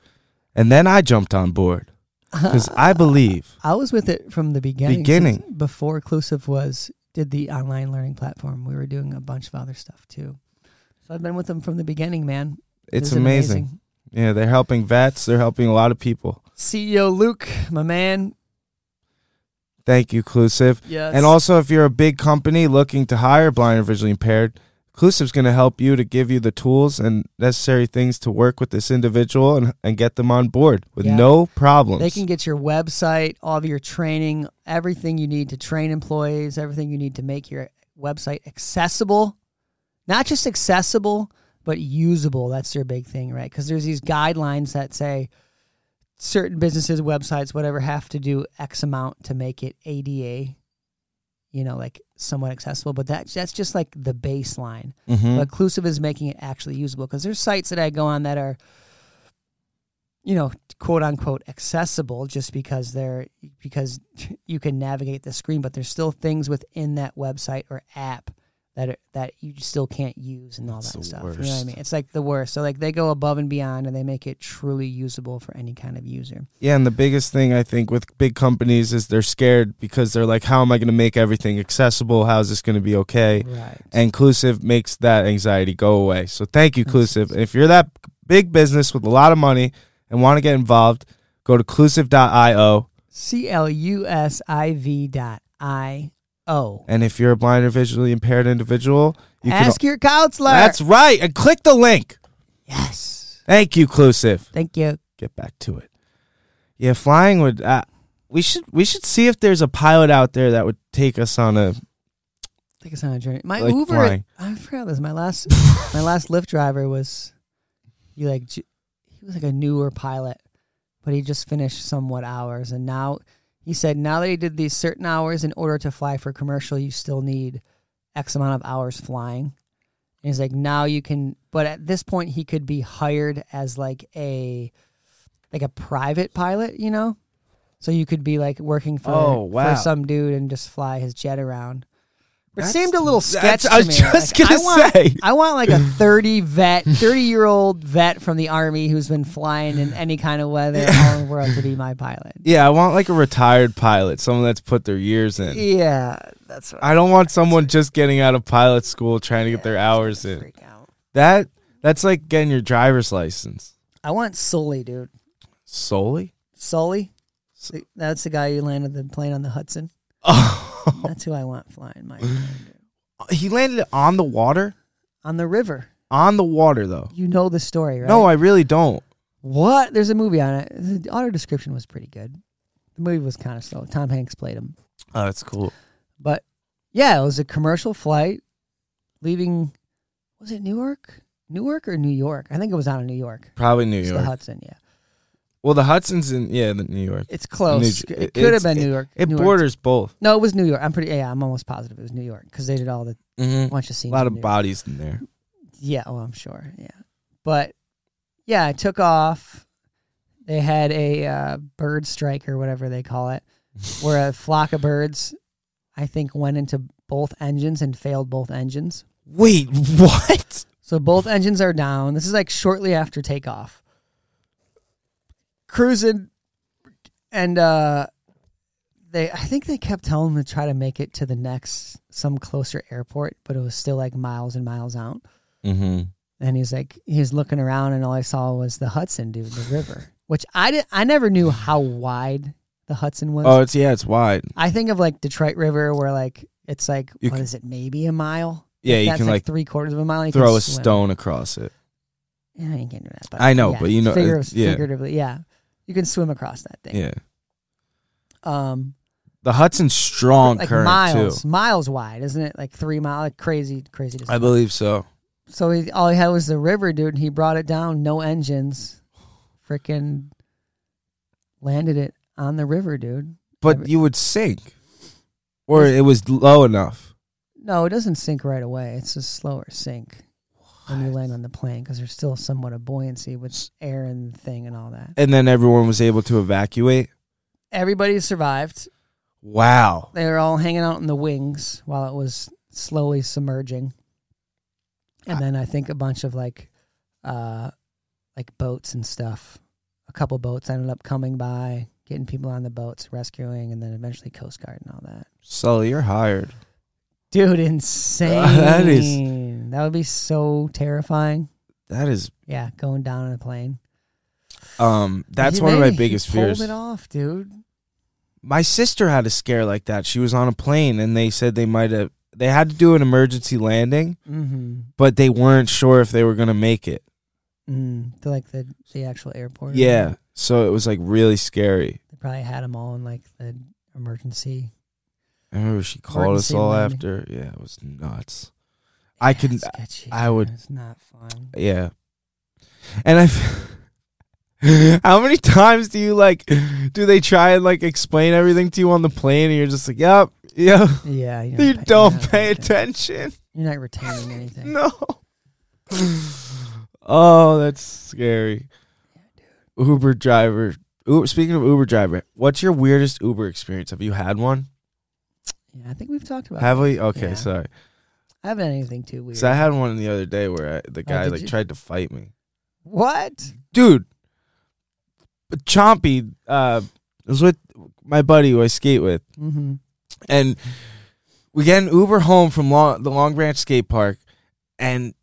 Speaker 3: And then I jumped on board because I believe.
Speaker 2: I was with it from the beginning.
Speaker 3: Beginning.
Speaker 2: since Before Clusive was, did the online learning platform. We were doing a bunch of other stuff too. So I've been with them from the beginning, man.
Speaker 3: It's
Speaker 2: Isn't it
Speaker 3: amazing. Yeah, they're helping vets, they're helping a lot of people.
Speaker 2: CEO E Luke, my man.
Speaker 3: Thank you, Clusive.
Speaker 2: Yes.
Speaker 3: And also, if you're a big company looking to hire blind or visually impaired, Clusive's going to help you to give you the tools and necessary things to work with this individual and, and get them on board with
Speaker 2: Yeah.
Speaker 3: no problems.
Speaker 2: They can get your website, all of your training, everything you need to train employees, everything you need to make your website accessible. Not just accessible, but usable. That's their big thing, right? Because there's these guidelines that say certain businesses, websites, whatever, have to do X amount to make it ADA, you know, like somewhat accessible. But that, that's just like the baseline
Speaker 3: Mhm.
Speaker 2: but Clusive is making it actually usable because there's sites that I go on that are, you know, quote unquote accessible just because they're because you can navigate the screen, but there's still things within that website or app that are, that you still can't use and all
Speaker 3: It's
Speaker 2: that
Speaker 3: the
Speaker 2: stuff. You know what I
Speaker 3: worst.
Speaker 2: mean? It's like the worst. So like they go above and beyond and they make it truly usable for any kind of user.
Speaker 3: yeah, and the biggest thing I think with big companies is they're scared because they're like, how am I going to make everything accessible? How is this going to be okay?
Speaker 2: Right.
Speaker 3: And Clusive makes that anxiety go away. So thank you, Clusive. And if you're that big business with a lot of money and want to get involved, go to clusive.io.
Speaker 2: C L U S I V dot I O.
Speaker 3: And if you're a blind or visually impaired individual, you
Speaker 2: Ask
Speaker 3: can.
Speaker 2: your counselor.
Speaker 3: That's right. And click the link.
Speaker 2: yes.
Speaker 3: Thank you, Clusive.
Speaker 2: Thank you.
Speaker 3: Get back to it. Yeah, flying would. Uh, we should we should see if there's a pilot out there that would take us on a.
Speaker 2: Take us on a journey. My
Speaker 3: Like
Speaker 2: Uber,
Speaker 3: flying.
Speaker 2: I forgot this. My last, my last Lyft driver was, he like, j- he was like a newer pilot, but he just finished somewhat hours, and now he said now that he did these certain hours in order to fly for commercial, you still need X amount of hours flying. And he's like, now you can, but at this point, he could be hired as like a, like a private pilot, you know. So you could be like working for,
Speaker 3: Oh, wow.
Speaker 2: for some dude and just fly his jet around. It
Speaker 3: That's-
Speaker 2: seemed a little sketch
Speaker 3: that's-
Speaker 2: to
Speaker 3: I was
Speaker 2: me.
Speaker 3: just
Speaker 2: Like,
Speaker 3: gonna
Speaker 2: I want,
Speaker 3: say.
Speaker 2: I want like a thirty vet, thirty year old vet from the army who's been flying in any kind of weather all in the world to be my pilot.
Speaker 3: Yeah, I want like a retired pilot, someone that's put their years in.
Speaker 2: Yeah, that's what
Speaker 3: I don't want someone just getting out of pilot school trying to get their hours
Speaker 2: I
Speaker 3: in.
Speaker 2: freak out.
Speaker 3: That that's like getting your driver's license
Speaker 2: I want Sully, dude.
Speaker 3: solely.
Speaker 2: Sully.
Speaker 3: Su-
Speaker 2: That's the guy who landed the plane on the Hudson.
Speaker 3: Oh,
Speaker 2: That's who I want flying my plane, dude.
Speaker 3: he landed it on the water.
Speaker 2: on the river.
Speaker 3: On the water, though.
Speaker 2: You know the story, right?
Speaker 3: No, I really don't.
Speaker 2: What? There's a movie on it. The auto description was pretty good. The movie was kind of slow. Tom Hanks played him.
Speaker 3: Oh, that's cool.
Speaker 2: But Yeah, it was a commercial flight leaving. Was it Newark? Newark or New York? I think it was out of New York.
Speaker 3: Probably New
Speaker 2: It's
Speaker 3: York.
Speaker 2: the Hudson. Yeah,
Speaker 3: well, the Hudson's in yeah, the New York.
Speaker 2: it's close.
Speaker 3: New-
Speaker 2: it could have
Speaker 3: it's-
Speaker 2: been New York.
Speaker 3: It
Speaker 2: Newark.
Speaker 3: borders both.
Speaker 2: No, it was New York. I'm pretty. Yeah, I'm almost positive it was New York because they did all the
Speaker 3: Mm-hmm.
Speaker 2: bunch of
Speaker 3: A
Speaker 2: scenes.
Speaker 3: lot
Speaker 2: in
Speaker 3: of
Speaker 2: New York.
Speaker 3: bodies in there.
Speaker 2: Yeah, oh, I'm sure. Yeah. But yeah, I took off. They had a uh, bird strike or whatever they call it, where a flock of birds, I think, went into both engines and failed both engines.
Speaker 3: Wait, what?
Speaker 2: So both engines are down. This is like shortly after takeoff. Cruising, and uh, they I think they kept telling them to try to make it to the next some closer airport, but it was still like miles and miles out.
Speaker 3: Mm-hmm.
Speaker 2: And he's like, he's looking around, and all I saw was the Hudson, dude, the river, which I did, I never knew how wide the Hudson was.
Speaker 3: Oh, it's yeah, it's wide.
Speaker 2: I think of like Detroit River, where like it's like what
Speaker 3: You
Speaker 2: is
Speaker 3: can-
Speaker 2: it, maybe a mile?
Speaker 3: Yeah, you
Speaker 2: That's
Speaker 3: can
Speaker 2: like,
Speaker 3: like
Speaker 2: three quarters of a mile. You can
Speaker 3: throw a
Speaker 2: swim.
Speaker 3: stone across it.
Speaker 2: Yeah, you can do that. But
Speaker 3: I know,
Speaker 2: yeah,
Speaker 3: but you know,
Speaker 2: figure-
Speaker 3: it's- yeah.
Speaker 2: figuratively, yeah, you can swim across that thing.
Speaker 3: Yeah,
Speaker 2: Um,
Speaker 3: the Hudson's strong
Speaker 2: like
Speaker 3: current
Speaker 2: miles,
Speaker 3: too.
Speaker 2: miles wide, isn't it? Like three mile, like crazy, crazy.
Speaker 3: I
Speaker 2: distance.
Speaker 3: believe so.
Speaker 2: so he, all he had was the river, dude. And he brought it down, no engines, freaking landed it on the river, dude.
Speaker 3: But
Speaker 2: Every-
Speaker 3: you would sink, or it was low enough.
Speaker 2: No, it doesn't sink right away. It's a slower sink when you land on the plane because there's still somewhat of buoyancy with air and thing and all that.
Speaker 3: And then everyone was able to evacuate.
Speaker 2: Everybody survived.
Speaker 3: Wow.
Speaker 2: they were all hanging out in the wings while it was slowly submerging and then i think a bunch of like uh like boats and stuff a couple boats ended up coming by getting people on the boats rescuing and then eventually coast guard and all that
Speaker 3: Sully, you're hired.
Speaker 2: dude insane
Speaker 3: That is-
Speaker 2: that would be so terrifying
Speaker 3: That is
Speaker 2: yeah going down on a plane
Speaker 3: um that's
Speaker 2: He
Speaker 3: one of
Speaker 2: made
Speaker 3: my
Speaker 2: it. He
Speaker 3: biggest
Speaker 2: pulled
Speaker 3: fears.
Speaker 2: it off dude
Speaker 3: My sister had a scare like that. She was on a plane and they said they might have they had to do an emergency landing,
Speaker 2: mm-hmm
Speaker 3: but they weren't sure if they were going to make it.
Speaker 2: mm, to like the the actual airport
Speaker 3: Yeah. So it was like really scary.
Speaker 2: they probably had them all in like the emergency
Speaker 3: I remember she called us
Speaker 2: Emergency
Speaker 3: all
Speaker 2: landing.
Speaker 3: after. Yeah, it was nuts. I
Speaker 2: Yeah,
Speaker 3: can-
Speaker 2: it's sketchy,
Speaker 3: I would-
Speaker 2: man. It's not fun.
Speaker 3: Yeah. And I How many times do you like do they try and like explain everything to you on the plane and you're just like, "Yep, yep."
Speaker 2: Yeah, you're not
Speaker 3: You
Speaker 2: pay- you're
Speaker 3: don't
Speaker 2: not
Speaker 3: pay
Speaker 2: reta-
Speaker 3: attention.
Speaker 2: You're not retaining anything.
Speaker 3: No. oh, that's scary. Uber driver. Uber, speaking of Uber driver, what's your weirdest Uber experience? Have you had one?
Speaker 2: Yeah, I think we've talked about.
Speaker 3: Have we? Okay,
Speaker 2: yeah.
Speaker 3: sorry.
Speaker 2: I haven't had anything too weird.
Speaker 3: Because I had one the other day where I, the guy
Speaker 2: Oh, did
Speaker 3: like
Speaker 2: you?
Speaker 3: tried to fight me,
Speaker 2: what?
Speaker 3: dude. Chompy uh, was with my buddy who I skate with,
Speaker 2: Mm-hmm.
Speaker 3: and we get an Uber home from Long, the Long Branch skate park, and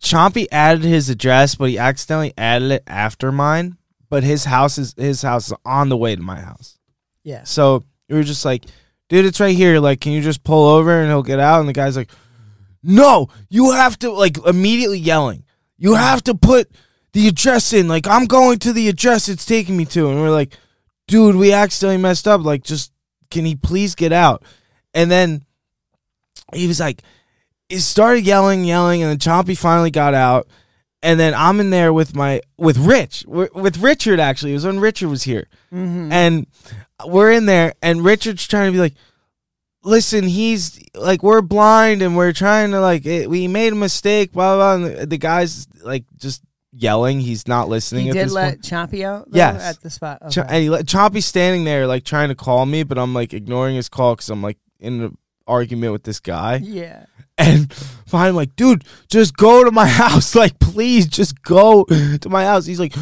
Speaker 3: Chompy added his address, but he accidentally added it after mine. But his house is his house is on the way to my house,
Speaker 2: Yes.
Speaker 3: so we were just like, "Dude, it's right here. Like, can you just pull over and he'll get out?" And the guy's like, "No, you have to like immediately yelling. You have to put the address in. Like, I'm going to the address it's taking me to." And we're like, "Dude, we accidentally messed up. Like, just can he please get out?" And then he was like, he started yelling, yelling, and then Chompy finally got out. And then I'm in there with my with Rich, wi- with Richard actually. It was when Richard was here,
Speaker 2: Mm-hmm.
Speaker 3: and we're in there, and Richard's trying to be like, listen, he's like we're blind, and we're trying to like it, we made a mistake, blah blah. blah. And the, the guy's like just yelling, he's not listening.
Speaker 2: He
Speaker 3: at
Speaker 2: did
Speaker 3: this
Speaker 2: let
Speaker 3: point.
Speaker 2: Chompy out. Though,
Speaker 3: Yes.
Speaker 2: At the spot.
Speaker 3: Ch-
Speaker 2: Okay.
Speaker 3: and he let, Chompy's standing there like trying to call me, but I'm like ignoring his call because I'm like in an argument with this guy.
Speaker 2: yeah.
Speaker 3: And finally, I'm like, dude, just go to my house. Like, please, just go to my house. He's like,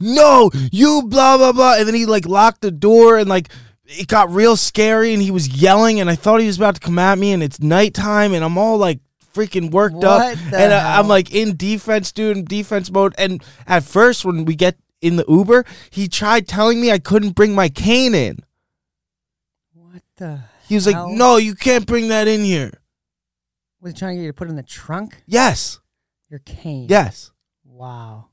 Speaker 3: no, you blah, blah, blah. And then he, like, locked the door and, like, it got real scary and he was yelling and I thought he was about to come at me and it's nighttime and I'm all, like, freaking worked up.
Speaker 2: What the
Speaker 3: And I,
Speaker 2: hell?
Speaker 3: I'm, like, in defense, dude, in defense mode. And at first, when we get in the Uber, he tried telling me I couldn't bring my cane in.
Speaker 2: What the?
Speaker 3: He was like,
Speaker 2: hell?
Speaker 3: no, you can't bring that in here.
Speaker 2: Was he trying to get you to put in the trunk
Speaker 3: Yes,
Speaker 2: your cane.
Speaker 3: yes.
Speaker 2: Wow.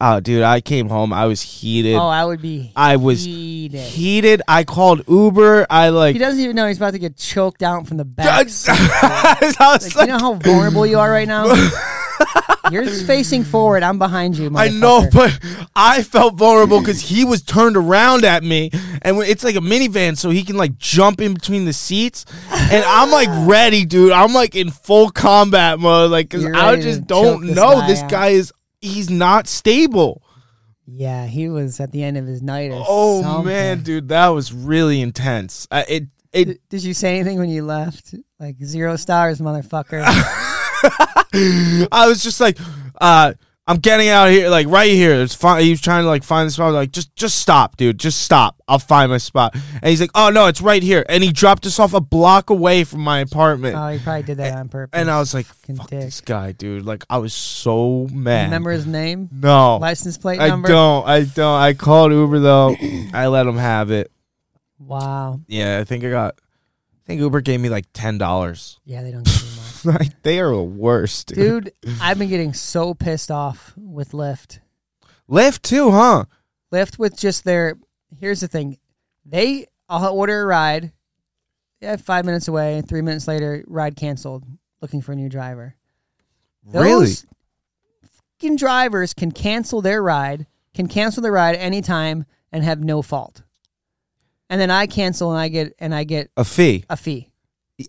Speaker 3: Oh, dude, I came home. I was heated.
Speaker 2: oh, I would be.
Speaker 3: I was
Speaker 2: heated.
Speaker 3: heated. I called Uber. I like.
Speaker 2: He doesn't even know he's about to get choked out from the back.
Speaker 3: I was
Speaker 2: Like, you know how vulnerable you are right now. You're facing forward. I'm behind you.
Speaker 3: I know,
Speaker 2: motherfucker.
Speaker 3: but I felt vulnerable because he was turned around at me, and when- it's like a minivan, so he can like jump in between the seats, and I'm like ready, dude. I'm like in full combat mode, like because
Speaker 2: You're
Speaker 3: I
Speaker 2: ready to
Speaker 3: just
Speaker 2: choke
Speaker 3: don't
Speaker 2: this
Speaker 3: know.
Speaker 2: guy
Speaker 3: This
Speaker 2: out.
Speaker 3: guy is he's not stable.
Speaker 2: yeah, he was at the end of his night. Or
Speaker 3: Oh
Speaker 2: something.
Speaker 3: man, dude, that was really intense. I, it it
Speaker 2: Did, did you say anything when you left? Like zero stars, motherfucker.
Speaker 3: I was just like, uh, I'm getting out of here, like right here. It's fine. He was trying to like find the spot. I was like, just, just stop, dude. Just stop. I'll find my spot. And he's like, oh no, it's right here. And he dropped us off a block away from my apartment.
Speaker 2: oh, he probably did that on purpose.
Speaker 3: and I was like,
Speaker 2: Fucking
Speaker 3: fuck
Speaker 2: dick.
Speaker 3: this guy, dude. Like I was so mad.
Speaker 2: remember his name,
Speaker 3: No,
Speaker 2: license plate
Speaker 3: I
Speaker 2: number.
Speaker 3: don't. I don't. I called Uber though. I let him have it.
Speaker 2: Wow.
Speaker 3: Yeah, I think I got. I think Uber gave me like ten dollars.
Speaker 2: Yeah, they don't give you much.
Speaker 3: Like they are the worst, dude.
Speaker 2: Dude, I've been getting so pissed off with Lyft.
Speaker 3: Lyft too, huh?
Speaker 2: Lyft with just their. Here's the thing, they I'll order a ride. Yeah, five minutes away. Three minutes later, ride canceled. Looking for a new driver.
Speaker 3: really?
Speaker 2: Those fucking drivers can cancel their ride, can cancel the ride anytime and have no fault. And then I cancel and I get and I get
Speaker 3: A fee.
Speaker 2: a fee.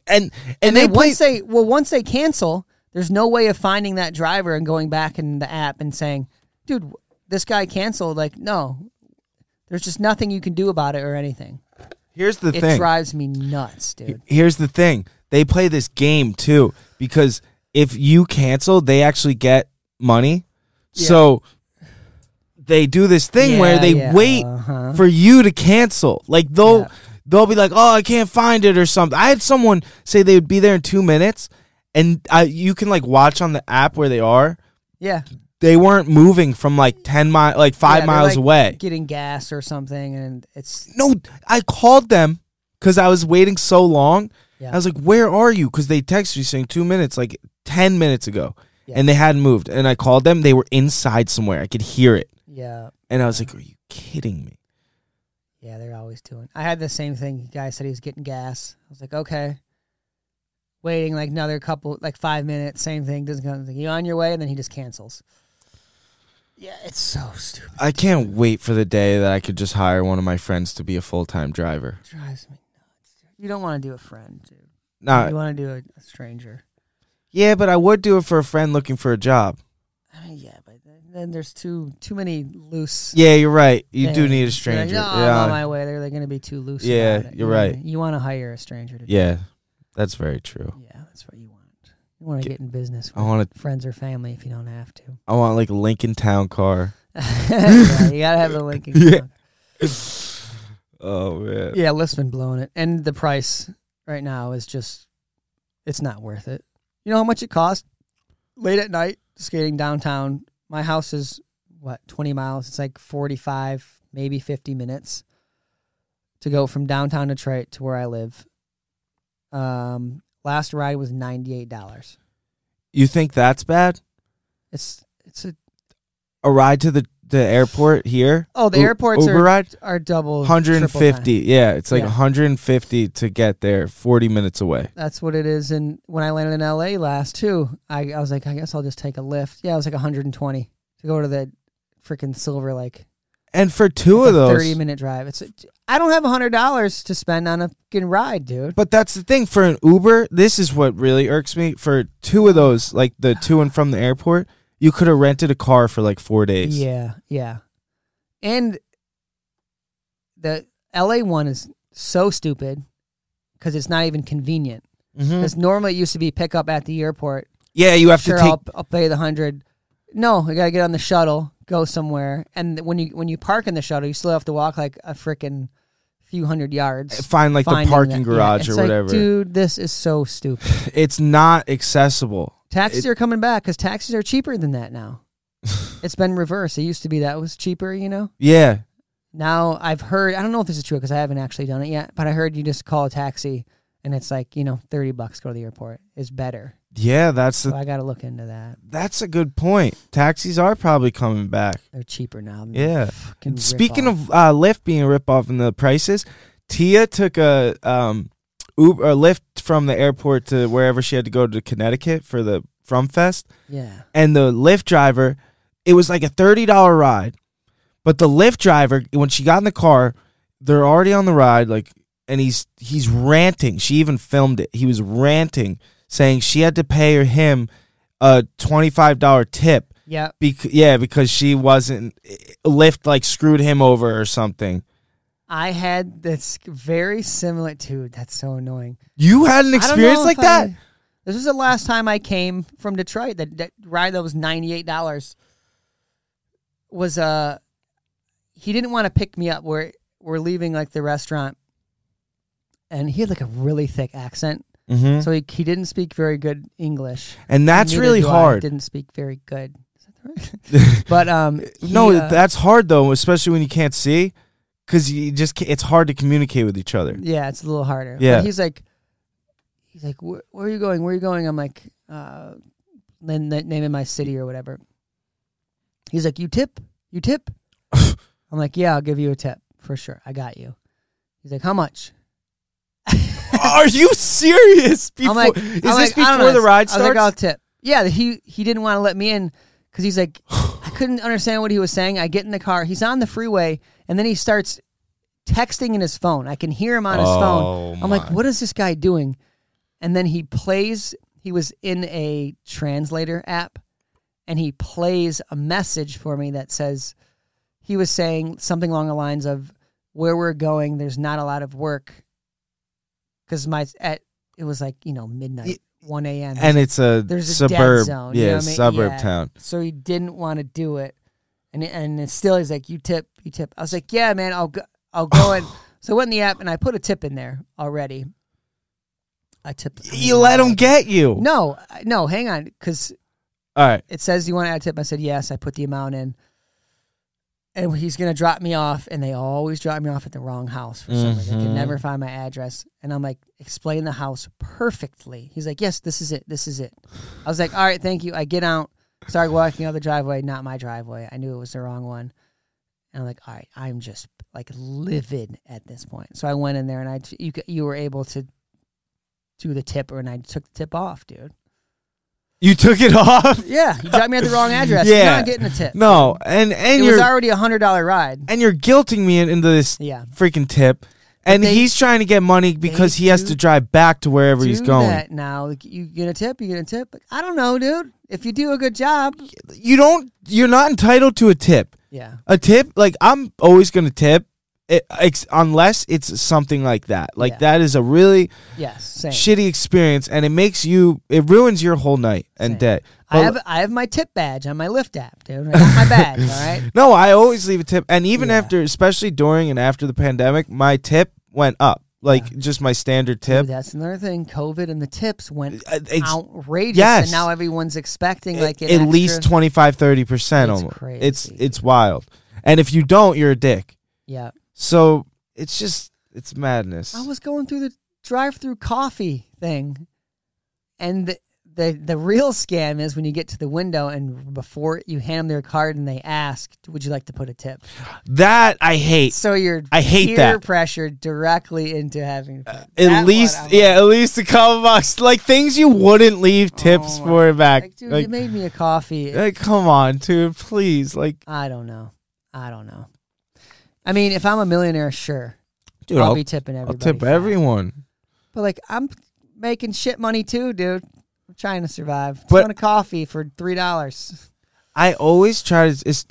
Speaker 3: and and,
Speaker 2: And,
Speaker 3: they
Speaker 2: then
Speaker 3: play.
Speaker 2: once they well once they cancel, there's no way of finding that driver and going back in the app and saying, "Dude, this guy canceled." Like, no. There's just nothing you can do about it or anything.
Speaker 3: here's the
Speaker 2: it
Speaker 3: thing.
Speaker 2: drives me nuts, dude.
Speaker 3: Here's the thing. They play this game too because if you cancel, they actually get money.
Speaker 2: Yeah.
Speaker 3: So they do this thing where
Speaker 2: Yeah,
Speaker 3: they
Speaker 2: yeah,
Speaker 3: wait
Speaker 2: uh-huh.
Speaker 3: for you to cancel. Like they'll
Speaker 2: Yeah.
Speaker 3: they'll be like, "Oh, I can't find it" or something. I had someone say they would be there in 2 minutes and I you can like watch on the app where they are.
Speaker 2: Yeah.
Speaker 3: They weren't moving from like 10 mile like 5
Speaker 2: Yeah, they're,
Speaker 3: miles
Speaker 2: like,
Speaker 3: away.
Speaker 2: Getting gas or something and it's
Speaker 3: no, I called them because I was waiting so long.
Speaker 2: Yeah.
Speaker 3: I was like, where are you? Because they texted me saying two minutes, like 10 minutes ago.
Speaker 2: Yeah.
Speaker 3: And they hadn't moved. And I called them. They were inside somewhere. I could hear it.
Speaker 2: yeah.
Speaker 3: And I was like, are you kidding me?
Speaker 2: Yeah, they're always doing. I had the same thing. The guy said he was getting gas. I was like, okay. Waiting like another couple, like five minutes. Same thing. Doesn't come. Like, you on your way, and then he just cancels. Yeah, it's so stupid.
Speaker 3: I can't wait for the day that I could just hire one of my friends to be a full time driver.
Speaker 2: It drives me nuts. Dude. You don't want to do a friend, dude.
Speaker 3: Nah,
Speaker 2: you want to do a, a stranger.
Speaker 3: yeah, but I would do it for a friend looking for a job.
Speaker 2: I mean, yeah, but then, then there's too too many loose.
Speaker 3: Yeah, you're right. You do
Speaker 2: things.
Speaker 3: need
Speaker 2: You're
Speaker 3: a
Speaker 2: like,
Speaker 3: stranger.
Speaker 2: no, I'm on
Speaker 3: yeah.
Speaker 2: my way. They're, they're going to be too loose.
Speaker 3: Yeah,
Speaker 2: about it.
Speaker 3: you're
Speaker 2: You wanna-
Speaker 3: right.
Speaker 2: You want to hire a stranger to. do
Speaker 3: yeah, that's very true.
Speaker 2: it. Yeah, that's what you want. You want to
Speaker 3: Get-
Speaker 2: get in business
Speaker 3: I
Speaker 2: with
Speaker 3: want
Speaker 2: friends or family if you don't have to.
Speaker 3: a, I want like a Lincoln Town car.
Speaker 2: yeah, you gotta have the Lincoln.
Speaker 3: Yeah.
Speaker 2: yeah.
Speaker 3: Oh man.
Speaker 2: yeah, Lyft's been blowing it, and the price right now is just—it's not worth it. You know how much it costs? Late at night, skating downtown. My house is what twenty miles. It's like forty-five, maybe fifty minutes to go from downtown Detroit to where I live. Um, last ride was ninety-eight dollars.
Speaker 3: You think that's bad?
Speaker 2: It's it's a
Speaker 3: A ride to the, the airport here?
Speaker 2: oh the
Speaker 3: U-
Speaker 2: airports
Speaker 3: Uber
Speaker 2: are
Speaker 3: ride?
Speaker 2: are double triple time.
Speaker 3: 150. Yeah, it's like
Speaker 2: Yeah.
Speaker 3: 150 to get there, 40 minutes away.
Speaker 2: That's what it is. And when I landed in LA last too, I, I was like, I guess I'll just take a lift. Yeah, it was like 120 to go to the freaking Silver Lake.
Speaker 3: And for two
Speaker 2: Like
Speaker 3: of
Speaker 2: a
Speaker 3: those.
Speaker 2: 30 minute drive. It's I don't have hundred dollars to spend on a fucking ride, dude.
Speaker 3: but that's the thing for an Uber, this is what really irks me. For two of those, like the to and from the airport, you could have rented a car for like 4 days.
Speaker 2: Yeah, yeah. And the LA one is so stupid because it's not even convenient.
Speaker 3: Mhm.
Speaker 2: Because normally it used to be pick up at the airport
Speaker 3: Yeah, you have
Speaker 2: sure,
Speaker 3: to take
Speaker 2: I'll, I'll pay the hundred. No, I gotta get on the shuttle, go somewhere, and when you when you park in the shuttle, you still have to walk like a freaking few hundred yards.
Speaker 3: find like the
Speaker 2: finding
Speaker 3: parking
Speaker 2: that- yeah,
Speaker 3: garage or
Speaker 2: it's like,
Speaker 3: whatever.
Speaker 2: Dude, this is so stupid.
Speaker 3: It's not accessible.
Speaker 2: Taxis
Speaker 3: It-
Speaker 2: are coming back because taxis are cheaper than that now. it's been reversed. It used to be that was cheaper, you know.
Speaker 3: Yeah.
Speaker 2: Now I've heard. I don't know if this is true because I haven't actually done it yet, but I heard you just call a taxi and it's like you know thirty bucks go to the airport is better.
Speaker 3: Yeah, that's
Speaker 2: So
Speaker 3: the,
Speaker 2: I got to look into that.
Speaker 3: that's a good point. Taxis are probably coming back.
Speaker 2: They're cheaper now. than
Speaker 3: Yeah.
Speaker 2: fucking Mm-hmm. rip
Speaker 3: Speaking
Speaker 2: off.
Speaker 3: of uh, Lyft being a ripoff in the prices, Tia took a um, Uber or Lyft from the airport to wherever she had to go to Connecticut for the From Fest,
Speaker 2: yeah,
Speaker 3: and the Lyft driver, it was like a thirty dollar ride, but the Lyft driver when she got in the car, they're already on the ride, like, and he's he's ranting. She even filmed it. He was ranting, saying she had to pay him a twenty five dollar tip
Speaker 2: yeah,
Speaker 3: Bec- yeah, because she wasn't Lyft like screwed him over or something.
Speaker 2: I had this very similar. Dude, that's so annoying.
Speaker 3: You had an
Speaker 2: I don't
Speaker 3: experience
Speaker 2: know
Speaker 3: like
Speaker 2: if
Speaker 3: that?
Speaker 2: I- this is the last time I came from Detroit. That, that ride that was ninety eight dollars was Uh, he didn't want to pick me up. We're we're leaving like the restaurant, and he had like a really thick accent,
Speaker 3: mm-hmm.
Speaker 2: so he he didn't speak very good English.
Speaker 3: and that's
Speaker 2: Neither
Speaker 3: really
Speaker 2: do I.
Speaker 3: hard.
Speaker 2: didn't speak very good. Is that right? but um, he,
Speaker 3: no,
Speaker 2: uh,
Speaker 3: that's hard though, especially when you can't see, because you just ca it's hard to communicate with each other.
Speaker 2: Yeah, it's a little harder. But
Speaker 3: Yeah.
Speaker 2: he's like, he's like, where, where are you going? Where are you going? I'm like, uh, then the name of my city or whatever. He's like, you tip, you tip. I'm like, yeah, I'll give you a tip for sure. I got you. He's like, how much?
Speaker 3: Are you serious? Before,
Speaker 2: I'm like,
Speaker 3: is
Speaker 2: I'm
Speaker 3: this
Speaker 2: like, I don't
Speaker 3: before the
Speaker 2: know.
Speaker 3: ride
Speaker 2: I was
Speaker 3: starts?
Speaker 2: like, I'll tip. Yeah, he he didn't want to let me in because he's like, I couldn't understand what he was saying. I get in the car. He's on the freeway, and then he starts texting in his phone. I can hear him on his phone.
Speaker 3: Oh,
Speaker 2: I'm
Speaker 3: my.
Speaker 2: like, what is this guy doing? And then he plays. He was in a translator app, and he plays a message for me that says he was saying something along the lines of where we're going there's not a lot of work because my at it was like you know midnight
Speaker 3: Y-
Speaker 2: 1 a.m
Speaker 3: and it's a
Speaker 2: oh, There's a dead
Speaker 3: suburb,
Speaker 2: zone, you
Speaker 3: yeah,
Speaker 2: know what I mean?
Speaker 3: suburb
Speaker 2: Yeah.
Speaker 3: town.
Speaker 2: so he didn't want to do it and and it's still he's like you tip you tip i was like yeah man i'll go i'll go in so i went in the app and i put a tip in there already i tipped
Speaker 3: You let them get you.
Speaker 2: no I- no hang on because
Speaker 3: All right.
Speaker 2: it says "Do you want to add a tip. I said yes. I put the amount in, and he's gonna drop me off. And they always drop me off at the wrong house for some reason. They
Speaker 3: Mhm.
Speaker 2: can never find my address. And I'm like, explain the house perfectly. He's like, yes, this is it. This is it. I was like, all right, thank you. I get out, started walking out the driveway. Not my driveway. I knew it was the wrong one. And I'm like, all right, I'm just like livid at this point. So I went in there, and I t- you c- you were able to do the tip, and I took the tip off, dude.
Speaker 3: You took it off.
Speaker 2: Yeah, you dropped me at the wrong address. Yeah. You're
Speaker 3: Yeah.
Speaker 2: not getting a tip.
Speaker 3: No, and and
Speaker 2: it
Speaker 3: you're
Speaker 2: was already a hundred dollar ride.
Speaker 3: and you're guilting me in- into this
Speaker 2: Yeah,
Speaker 3: freaking tip. And
Speaker 2: they-
Speaker 3: he's trying to get money because
Speaker 2: they
Speaker 3: he has
Speaker 2: do-
Speaker 3: to drive back to wherever he's
Speaker 2: do
Speaker 3: going.
Speaker 2: that now. Like, You get a tip. You get a tip. Like, I don't know, dude. If you do a good job,
Speaker 3: You don't. You're not entitled to a tip.
Speaker 2: yeah,
Speaker 3: A tip, like I'm always gonna tip, it, ex- unless it's something like that. Like
Speaker 2: Yeah.
Speaker 3: that is a really
Speaker 2: yes, same.
Speaker 3: shitty experience, and it makes you. It ruins your whole night and
Speaker 2: Same.
Speaker 3: day.
Speaker 2: I
Speaker 3: But-
Speaker 2: have I have my tip badge on my Lyft app, dude. I got my badge. all right.
Speaker 3: no, I always leave a tip, and even
Speaker 2: Yeah.
Speaker 3: after, especially during and after the pandemic, my tip went up. Like just my standard tip.
Speaker 2: Dude, that's another thing. COVID and the tips went
Speaker 3: Uh, it's-
Speaker 2: outrageous,
Speaker 3: yes.
Speaker 2: and now everyone's expecting like
Speaker 3: at
Speaker 2: an extra-
Speaker 3: least 25 30%
Speaker 2: It's
Speaker 3: almost
Speaker 2: crazy.
Speaker 3: it's it's wild and if you don't you're a dick
Speaker 2: Yeah,
Speaker 3: so it's just it's madness
Speaker 2: I was going through the drive-through coffee thing, and the, the the real scam is when you get to the window and before you hand them their card and they ask, "Would you like to put a tip?"
Speaker 3: that i hate
Speaker 2: So you're
Speaker 3: I hate
Speaker 2: peer
Speaker 3: that. Uh,
Speaker 2: pressured directly into having to put- that
Speaker 3: at
Speaker 2: one
Speaker 3: least
Speaker 2: I'm
Speaker 3: yeah at least a couple bucks like things you wouldn't leave tips
Speaker 2: Oh my-
Speaker 3: for back
Speaker 2: like, dude,
Speaker 3: like,
Speaker 2: you made me a coffee.
Speaker 3: like, come on dude please like
Speaker 2: I don't know. I don't know. I mean, if I'm a millionaire, sure,
Speaker 3: dude
Speaker 2: I'll,
Speaker 3: i'll,
Speaker 2: be tipping
Speaker 3: I'll
Speaker 2: everybody.
Speaker 3: tip
Speaker 2: fat.
Speaker 3: everyone
Speaker 2: But like, I'm making shit money too, dude. I'm trying to survive.
Speaker 3: But-
Speaker 2: But, a coffee for three dollars.
Speaker 3: I always try to. It's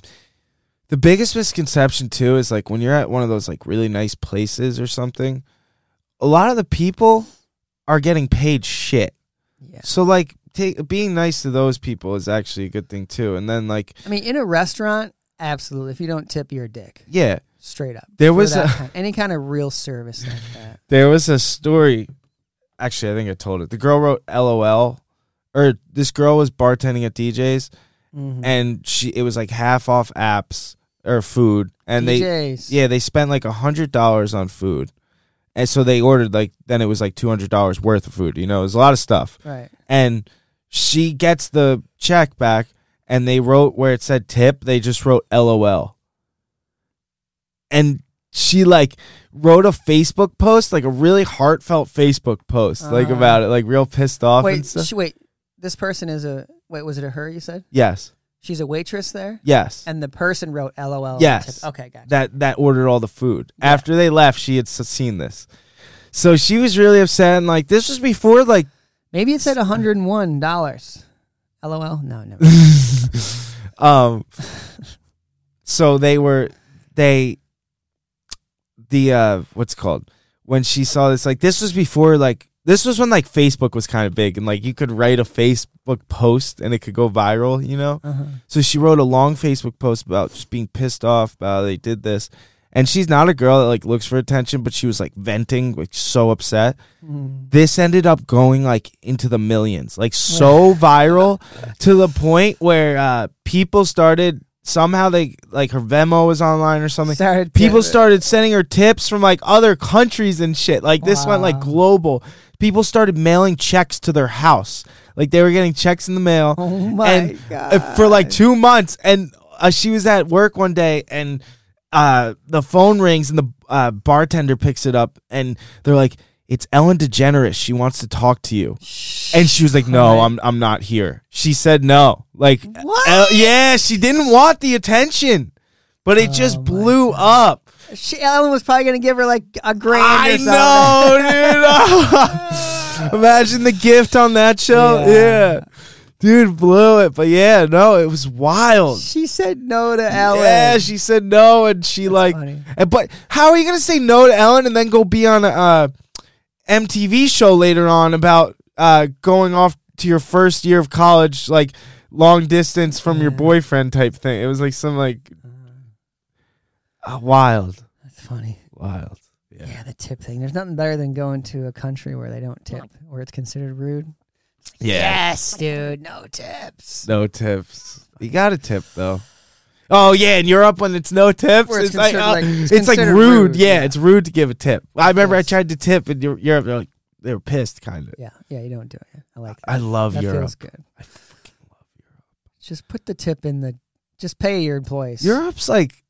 Speaker 3: the biggest misconception too is like when you're at one of those like really nice places or something. A lot of the people are getting paid shit.
Speaker 2: Yeah.
Speaker 3: So like, take, being nice to those people is actually a good thing too. And then like,
Speaker 2: I mean, in a restaurant, absolutely. If you don't tip, you're a dick,
Speaker 3: yeah,
Speaker 2: straight up.
Speaker 3: There
Speaker 2: For
Speaker 3: was
Speaker 2: that
Speaker 3: a-
Speaker 2: kind- any kind of real service like that.
Speaker 3: there was a story. Actually, I think I told it. The girl wrote "LOL," or this girl was bartending at DJ's,
Speaker 2: Mhm.
Speaker 3: and she it was like half off apps or food, and they
Speaker 2: DJs.
Speaker 3: Yeah, they spent like a hundred dollars on food, and so they ordered like then it was like two hundred dollars worth of food. You know, it was a lot of stuff,
Speaker 2: right.
Speaker 3: and she gets the check back and they wrote where it said tip, they just wrote LOL. And she like wrote a Facebook post, like a really heartfelt Facebook post, like
Speaker 2: Uh.
Speaker 3: about it, like real pissed off and
Speaker 2: Wait,
Speaker 3: stuff.
Speaker 2: sh- wait. This person is a wait. Was it a her? You said
Speaker 3: yes.
Speaker 2: she's a waitress there,
Speaker 3: Yes.
Speaker 2: and the person wrote "LOL." on the
Speaker 3: Yes.
Speaker 2: tip. Okay, gotcha.
Speaker 3: that that ordered all the food. After they left, she had s- seen this. So she was really upset and like this was before like
Speaker 2: Maybe it said one hundred and one dollars. LOL. No, never.
Speaker 3: um so they were they the uh what's it called when she saw this like this was before like this was when like Facebook was kind of big and like you could write a Facebook post and it could go viral, you know?
Speaker 2: uh-huh.
Speaker 3: So she wrote a long Facebook post about just being pissed off about how they did this. And she's not a girl that like looks for attention, but she was like venting, like so upset. This ended up going like into the millions, like so viral to the point where uh people started somehow they like her Venmo was online or something.
Speaker 2: Started
Speaker 3: People
Speaker 2: to-
Speaker 3: started sending her tips from like other countries and shit. Like this went like
Speaker 2: Wow.
Speaker 3: global. People started mailing checks to their house. Like they were getting checks in the mail
Speaker 2: Oh my
Speaker 3: and
Speaker 2: god!
Speaker 3: uh, for like two months. And uh, she was at work one day, and uh, the phone rings, and the uh, bartender picks it up, and they're like, "It's Ellen DeGeneres. She wants to talk to you." And she was like, "No, I'm I'm not here." She said no. Like,
Speaker 2: What?
Speaker 3: El- yeah, she didn't want the attention, but it
Speaker 2: Oh
Speaker 3: just
Speaker 2: my
Speaker 3: blew up.
Speaker 2: She, Ellen was probably gonna give her like a grand. or
Speaker 3: I
Speaker 2: something.
Speaker 3: know, dude. Imagine the gift on that show.
Speaker 2: Yeah.
Speaker 3: Yeah. Dude blew it. But yeah, no, it was wild.
Speaker 2: She said no to Ellen.
Speaker 3: Yeah, she said no and she like
Speaker 2: funny.
Speaker 3: and, but how are you going to say no to Ellen and then go be on a uh, MTV show later on about uh, going off to your first year of college like long distance from your
Speaker 2: Yeah.
Speaker 3: boyfriend type thing. It was like some like uh, wild.
Speaker 2: That's funny.
Speaker 3: Wild.
Speaker 2: Yeah. the tip thing. There's nothing better than going to a country where they don't tip, where it's considered rude. Yes, dude, no tips.
Speaker 3: No tips. You got to tip though. Oh yeah, in Europe when it's no tips,
Speaker 2: Where
Speaker 3: it's,
Speaker 2: it's
Speaker 3: like,
Speaker 2: considered,
Speaker 3: uh,
Speaker 2: like- it's
Speaker 3: it's, like rude.
Speaker 2: considered rude,
Speaker 3: Yeah,
Speaker 2: yeah.
Speaker 3: it's rude to give a tip. I remember
Speaker 2: Yes.
Speaker 3: I tried to tip in Eu- Europe. They're like they were pissed, kind of.
Speaker 2: Yeah, yeah, you don't do it. I like that.
Speaker 3: I love
Speaker 2: that
Speaker 3: Europe.
Speaker 2: feels good. Just put the tip in the. Just pay your employees.
Speaker 3: Europe's like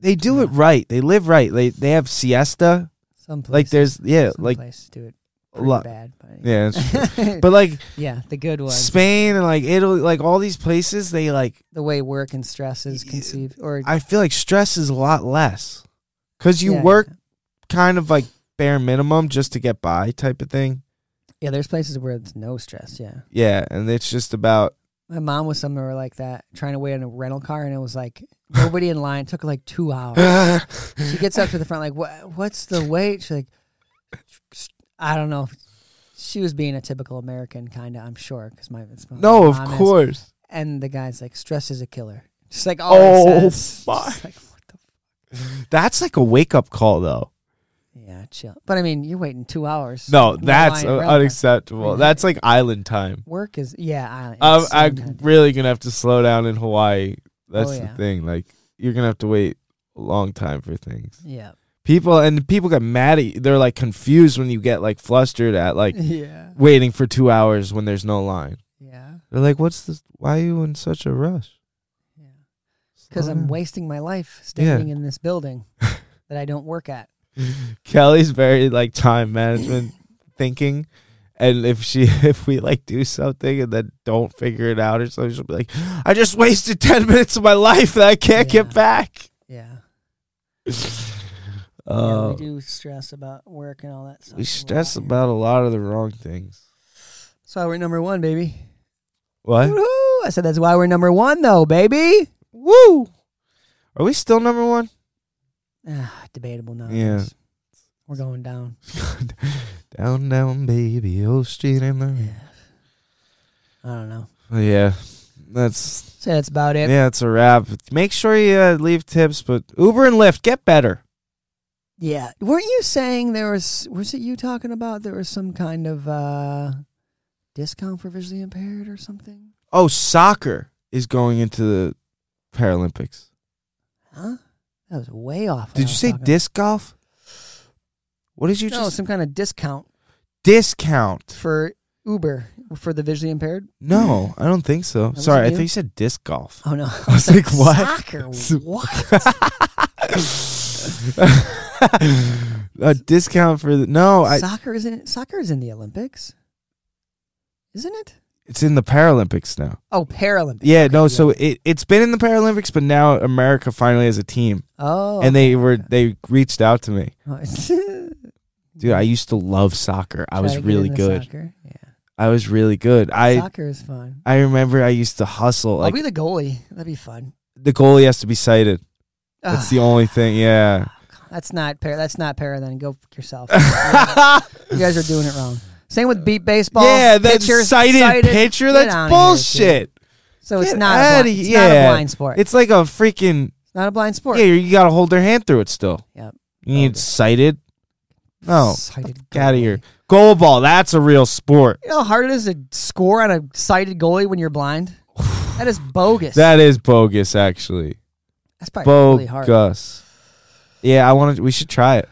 Speaker 3: they do it right. They live right. They they have siesta.
Speaker 2: some
Speaker 3: Like
Speaker 2: places-
Speaker 3: there's yeah
Speaker 2: some
Speaker 3: like
Speaker 2: places do it
Speaker 3: a
Speaker 2: pretty
Speaker 3: lot.
Speaker 2: bad. But
Speaker 3: Yeah, that's true.
Speaker 2: but
Speaker 3: but like
Speaker 2: yeah, the good ones,
Speaker 3: Spain and like Italy, like all these places, they like
Speaker 2: the way work and stress is
Speaker 3: Y-
Speaker 2: conceived, or
Speaker 3: I feel like stress is a lot less because you
Speaker 2: yeah,
Speaker 3: work kind of like bare minimum just to get by type of thing.
Speaker 2: Yeah, there's places where it's no stress. Yeah,
Speaker 3: Yeah, and it's just about
Speaker 2: my mom was somewhere like that, trying to wait on a rental car, and it was like nobody in line. It took like two hours. She gets up to the front, like, what? What's the wait? She's like, I don't know. She was being a typical American, kind of. I'm sure, because my it's my
Speaker 3: no, of
Speaker 2: mom is.
Speaker 3: course.
Speaker 2: And the guy's like, stress is a killer. Just like all
Speaker 3: Oh,
Speaker 2: he says.
Speaker 3: fuck.
Speaker 2: Just Like, what the
Speaker 3: That's like a wake up call, though.
Speaker 2: Yeah, chill. But I mean, you're waiting two hours.
Speaker 3: No,
Speaker 2: in the
Speaker 3: that's
Speaker 2: line,
Speaker 3: uh,
Speaker 2: really.
Speaker 3: unacceptable.
Speaker 2: Really?
Speaker 3: That's like island time.
Speaker 2: Work is yeah. I,
Speaker 3: I'm,
Speaker 2: it's
Speaker 3: I'm
Speaker 2: sometimes-
Speaker 3: really gonna have to slow down in Hawaii. That's
Speaker 2: Oh,
Speaker 3: the
Speaker 2: yeah.
Speaker 3: thing. Like you're gonna have to wait a long time for things.
Speaker 2: yeah,
Speaker 3: People and people get mad at you. They're like confused when you get like flustered at like
Speaker 2: yeah,
Speaker 3: waiting for two hours when there's no line.
Speaker 2: yeah,
Speaker 3: They're like, "What's this? Why are you in such a rush?"
Speaker 2: yeah. Because
Speaker 3: Slow
Speaker 2: I'm
Speaker 3: down.
Speaker 2: wasting my life standing in this building that I don't work at.
Speaker 3: Kelly's very like time management thinking. And if she if we like do something and then don't figure it out or something, she'll be like, I just wasted ten minutes of my life that I can't
Speaker 2: Yeah.
Speaker 3: get back.
Speaker 2: Yeah. yeah,
Speaker 3: Uh,
Speaker 2: we do stress about work and all that stuff.
Speaker 3: we
Speaker 2: a
Speaker 3: stress
Speaker 2: lot.
Speaker 3: about a lot of the wrong things.
Speaker 2: That's why we're number one, baby.
Speaker 3: What?
Speaker 2: Woo-hoo! I said that's why we're number one, though, baby.
Speaker 3: Woo! Are we still number one?
Speaker 2: Ah, debatable now.
Speaker 3: Yeah.
Speaker 2: We're going down.
Speaker 3: down, down, baby, old street in the rain.
Speaker 2: I don't know.
Speaker 3: Oh, Yeah, that's
Speaker 2: So that's about it.
Speaker 3: yeah, it's a wrap. Make sure you uh, leave tips, but Uber and Lyft get better.
Speaker 2: Yeah. Weren't you saying there was was it you talking about there was some kind of uh discount for visually impaired or something?
Speaker 3: Oh, soccer is going into the Paralympics.
Speaker 2: Huh? That was way off. what I
Speaker 3: Did you
Speaker 2: was
Speaker 3: say
Speaker 2: talking-
Speaker 3: disc golf? What did you
Speaker 2: No,
Speaker 3: just
Speaker 2: some kind of discount
Speaker 3: discount?
Speaker 2: for Uber for the visually impaired?
Speaker 3: No, I don't think so.
Speaker 2: was
Speaker 3: Sorry,
Speaker 2: it
Speaker 3: I
Speaker 2: you?
Speaker 3: think you said disc golf.
Speaker 2: Oh no!
Speaker 3: I was like, what?
Speaker 2: Soccer? What?
Speaker 3: a discount for the no, oh, I,
Speaker 2: soccer isn't. Soccer is in the Olympics, isn't it?
Speaker 3: it's in the Paralympics now.
Speaker 2: Oh, Paralympics.
Speaker 3: Yeah, no, so it it's been in the Paralympics, but now America finally has a team,
Speaker 2: Oh,
Speaker 3: and they were they reached out to me,
Speaker 2: I
Speaker 3: dude. I used to love soccer. I was really good.
Speaker 2: Soccer. Yeah,
Speaker 3: I was really good. I
Speaker 2: soccer is fun.
Speaker 3: I remember I used to hustle.
Speaker 2: I'll
Speaker 3: Like
Speaker 2: be the goalie. That'd be fun.
Speaker 3: the goalie has to be sighted. That's
Speaker 2: Ugh,
Speaker 3: the only thing. Yeah.
Speaker 2: that's not para. That's not para. Then go f- yourself. Yeah. you guys are doing it wrong. Same with beat baseball.
Speaker 3: yeah, that
Speaker 2: Pitcher,
Speaker 3: sighted, pitcher.
Speaker 2: Get
Speaker 3: That's
Speaker 2: outta here,
Speaker 3: bullshit.
Speaker 2: dude. so it's
Speaker 3: Get
Speaker 2: not.
Speaker 3: outta
Speaker 2: A blind,
Speaker 3: here.
Speaker 2: it's not a
Speaker 3: Yeah.
Speaker 2: blind sport. It's
Speaker 3: It's like a freaking
Speaker 2: not a blind sport.
Speaker 3: yeah. You gotta hold their hand through it still.
Speaker 2: Yep.
Speaker 3: You need
Speaker 2: Okay.
Speaker 3: sighted. No,
Speaker 2: Sighted
Speaker 3: out
Speaker 2: goalie.
Speaker 3: of Oh, here. Goal ball. That's a real sport.
Speaker 2: You know how hard it is to score on a sighted goalie when you're blind. that is bogus.
Speaker 3: That is bogus, actually.
Speaker 2: that's probably really hard.
Speaker 3: Bogus. Yeah, I want to. We should try it.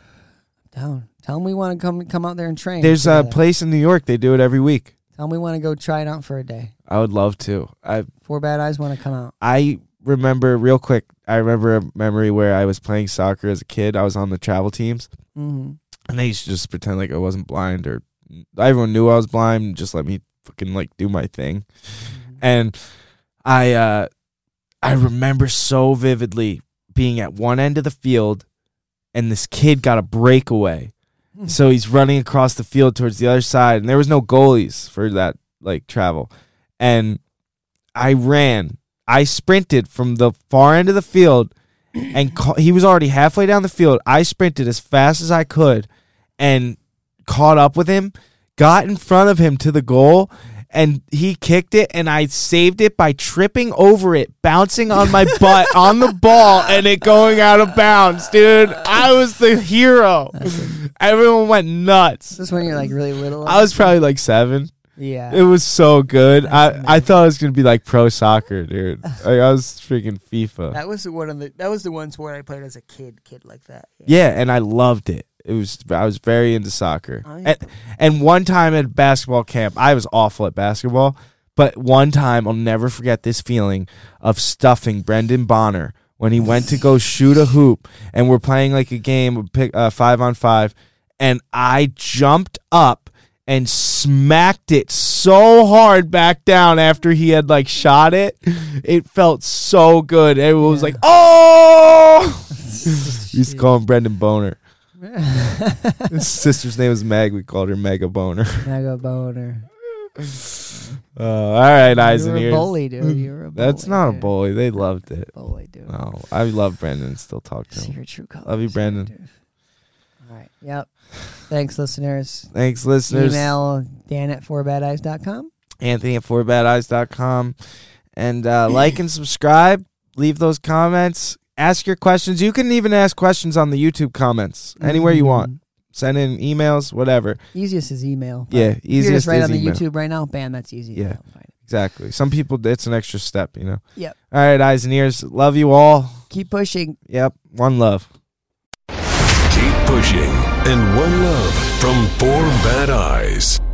Speaker 2: Down. Tell them we want to come come out there and train.
Speaker 3: There's a
Speaker 2: together.
Speaker 3: place in New York. They do it every week.
Speaker 2: Tell them we want to go try it out for a day.
Speaker 3: I would love to. I
Speaker 2: Four bad eyes want to come out.
Speaker 3: I remember real quick. I remember a memory where I was playing soccer as a kid. I was on the travel teams,
Speaker 2: hmm
Speaker 3: and they used to just pretend like I wasn't blind, or everyone knew I was blind, and just let me fucking like do my thing. And I uh I remember so vividly being at one end of the field, and this kid got a breakaway. So he's running across the field towards the other side, and there was no goalies for that like travel. And I ran, I sprinted from the far end of the field, and ca- he was already halfway down the field. I sprinted as fast as I could, and caught up with him, got in front of him to the goal, and he kicked it, and I saved it by tripping over it, bouncing on my butt on the ball, and it going out of bounds, dude. I was the hero. Everyone went nuts.
Speaker 2: This is when you're like really little.
Speaker 3: I was probably like seven. It
Speaker 2: yeah.
Speaker 3: was so good. I, I thought it was gonna be like pro soccer, dude. Like I was freaking FIFA.
Speaker 2: That was the one of the that was the one sport I played as a kid, kid like that.
Speaker 3: Yeah, and I loved it. It was I was very into soccer.
Speaker 2: Oh, yeah.
Speaker 3: And, and one time at basketball camp, I was awful at basketball, but one time I'll never forget this feeling of stuffing Brendan Bonner when he went to go shoot a hoop, and we're playing like a game of pick, uh, five on five, and I jumped up and smacked it so hard back down after he had like shot it. It felt so good. Everyone was
Speaker 2: Yeah.
Speaker 3: like, "Oh!" we used to call him Brendan Boner. His sister's name was Meg. We called her Mega Boner.
Speaker 2: Mega boner.
Speaker 3: Uh, all right, eyes
Speaker 2: you were
Speaker 3: and
Speaker 2: a
Speaker 3: ears.
Speaker 2: bully, dude. You were a bully,
Speaker 3: Mm-hmm. That's not a
Speaker 2: dude.
Speaker 3: bully. They loved it.
Speaker 2: Bully, dude.
Speaker 3: No, I love Brendan. and Still talk to
Speaker 2: See
Speaker 3: him.
Speaker 2: your true colors.
Speaker 3: Love you, Brandon.
Speaker 2: dude. All right. Yep. Thanks, listeners.
Speaker 3: Thanks, listeners.
Speaker 2: Email Dan at fourbadeyes.com.
Speaker 3: Anthony at fourbadeyes.com. And uh, like and subscribe. Leave those comments. Ask your questions. You can even ask questions on the YouTube comments. Anywhere you want.
Speaker 2: Mm-hmm.
Speaker 3: Send in emails, whatever.
Speaker 2: Easiest is email. but
Speaker 3: Yeah,
Speaker 2: if You're
Speaker 3: easiest
Speaker 2: just right
Speaker 3: is
Speaker 2: on the
Speaker 3: email.
Speaker 2: YouTube right now. Bam, that's easy.
Speaker 3: Yeah.
Speaker 2: You'll find it.
Speaker 3: Exactly. Some people, it's an extra step, you know?
Speaker 2: Yep.
Speaker 3: All right, eyes and ears. Love you all.
Speaker 2: Keep pushing.
Speaker 3: Yep. One love.
Speaker 1: Keep pushing and one love from four bad eyes.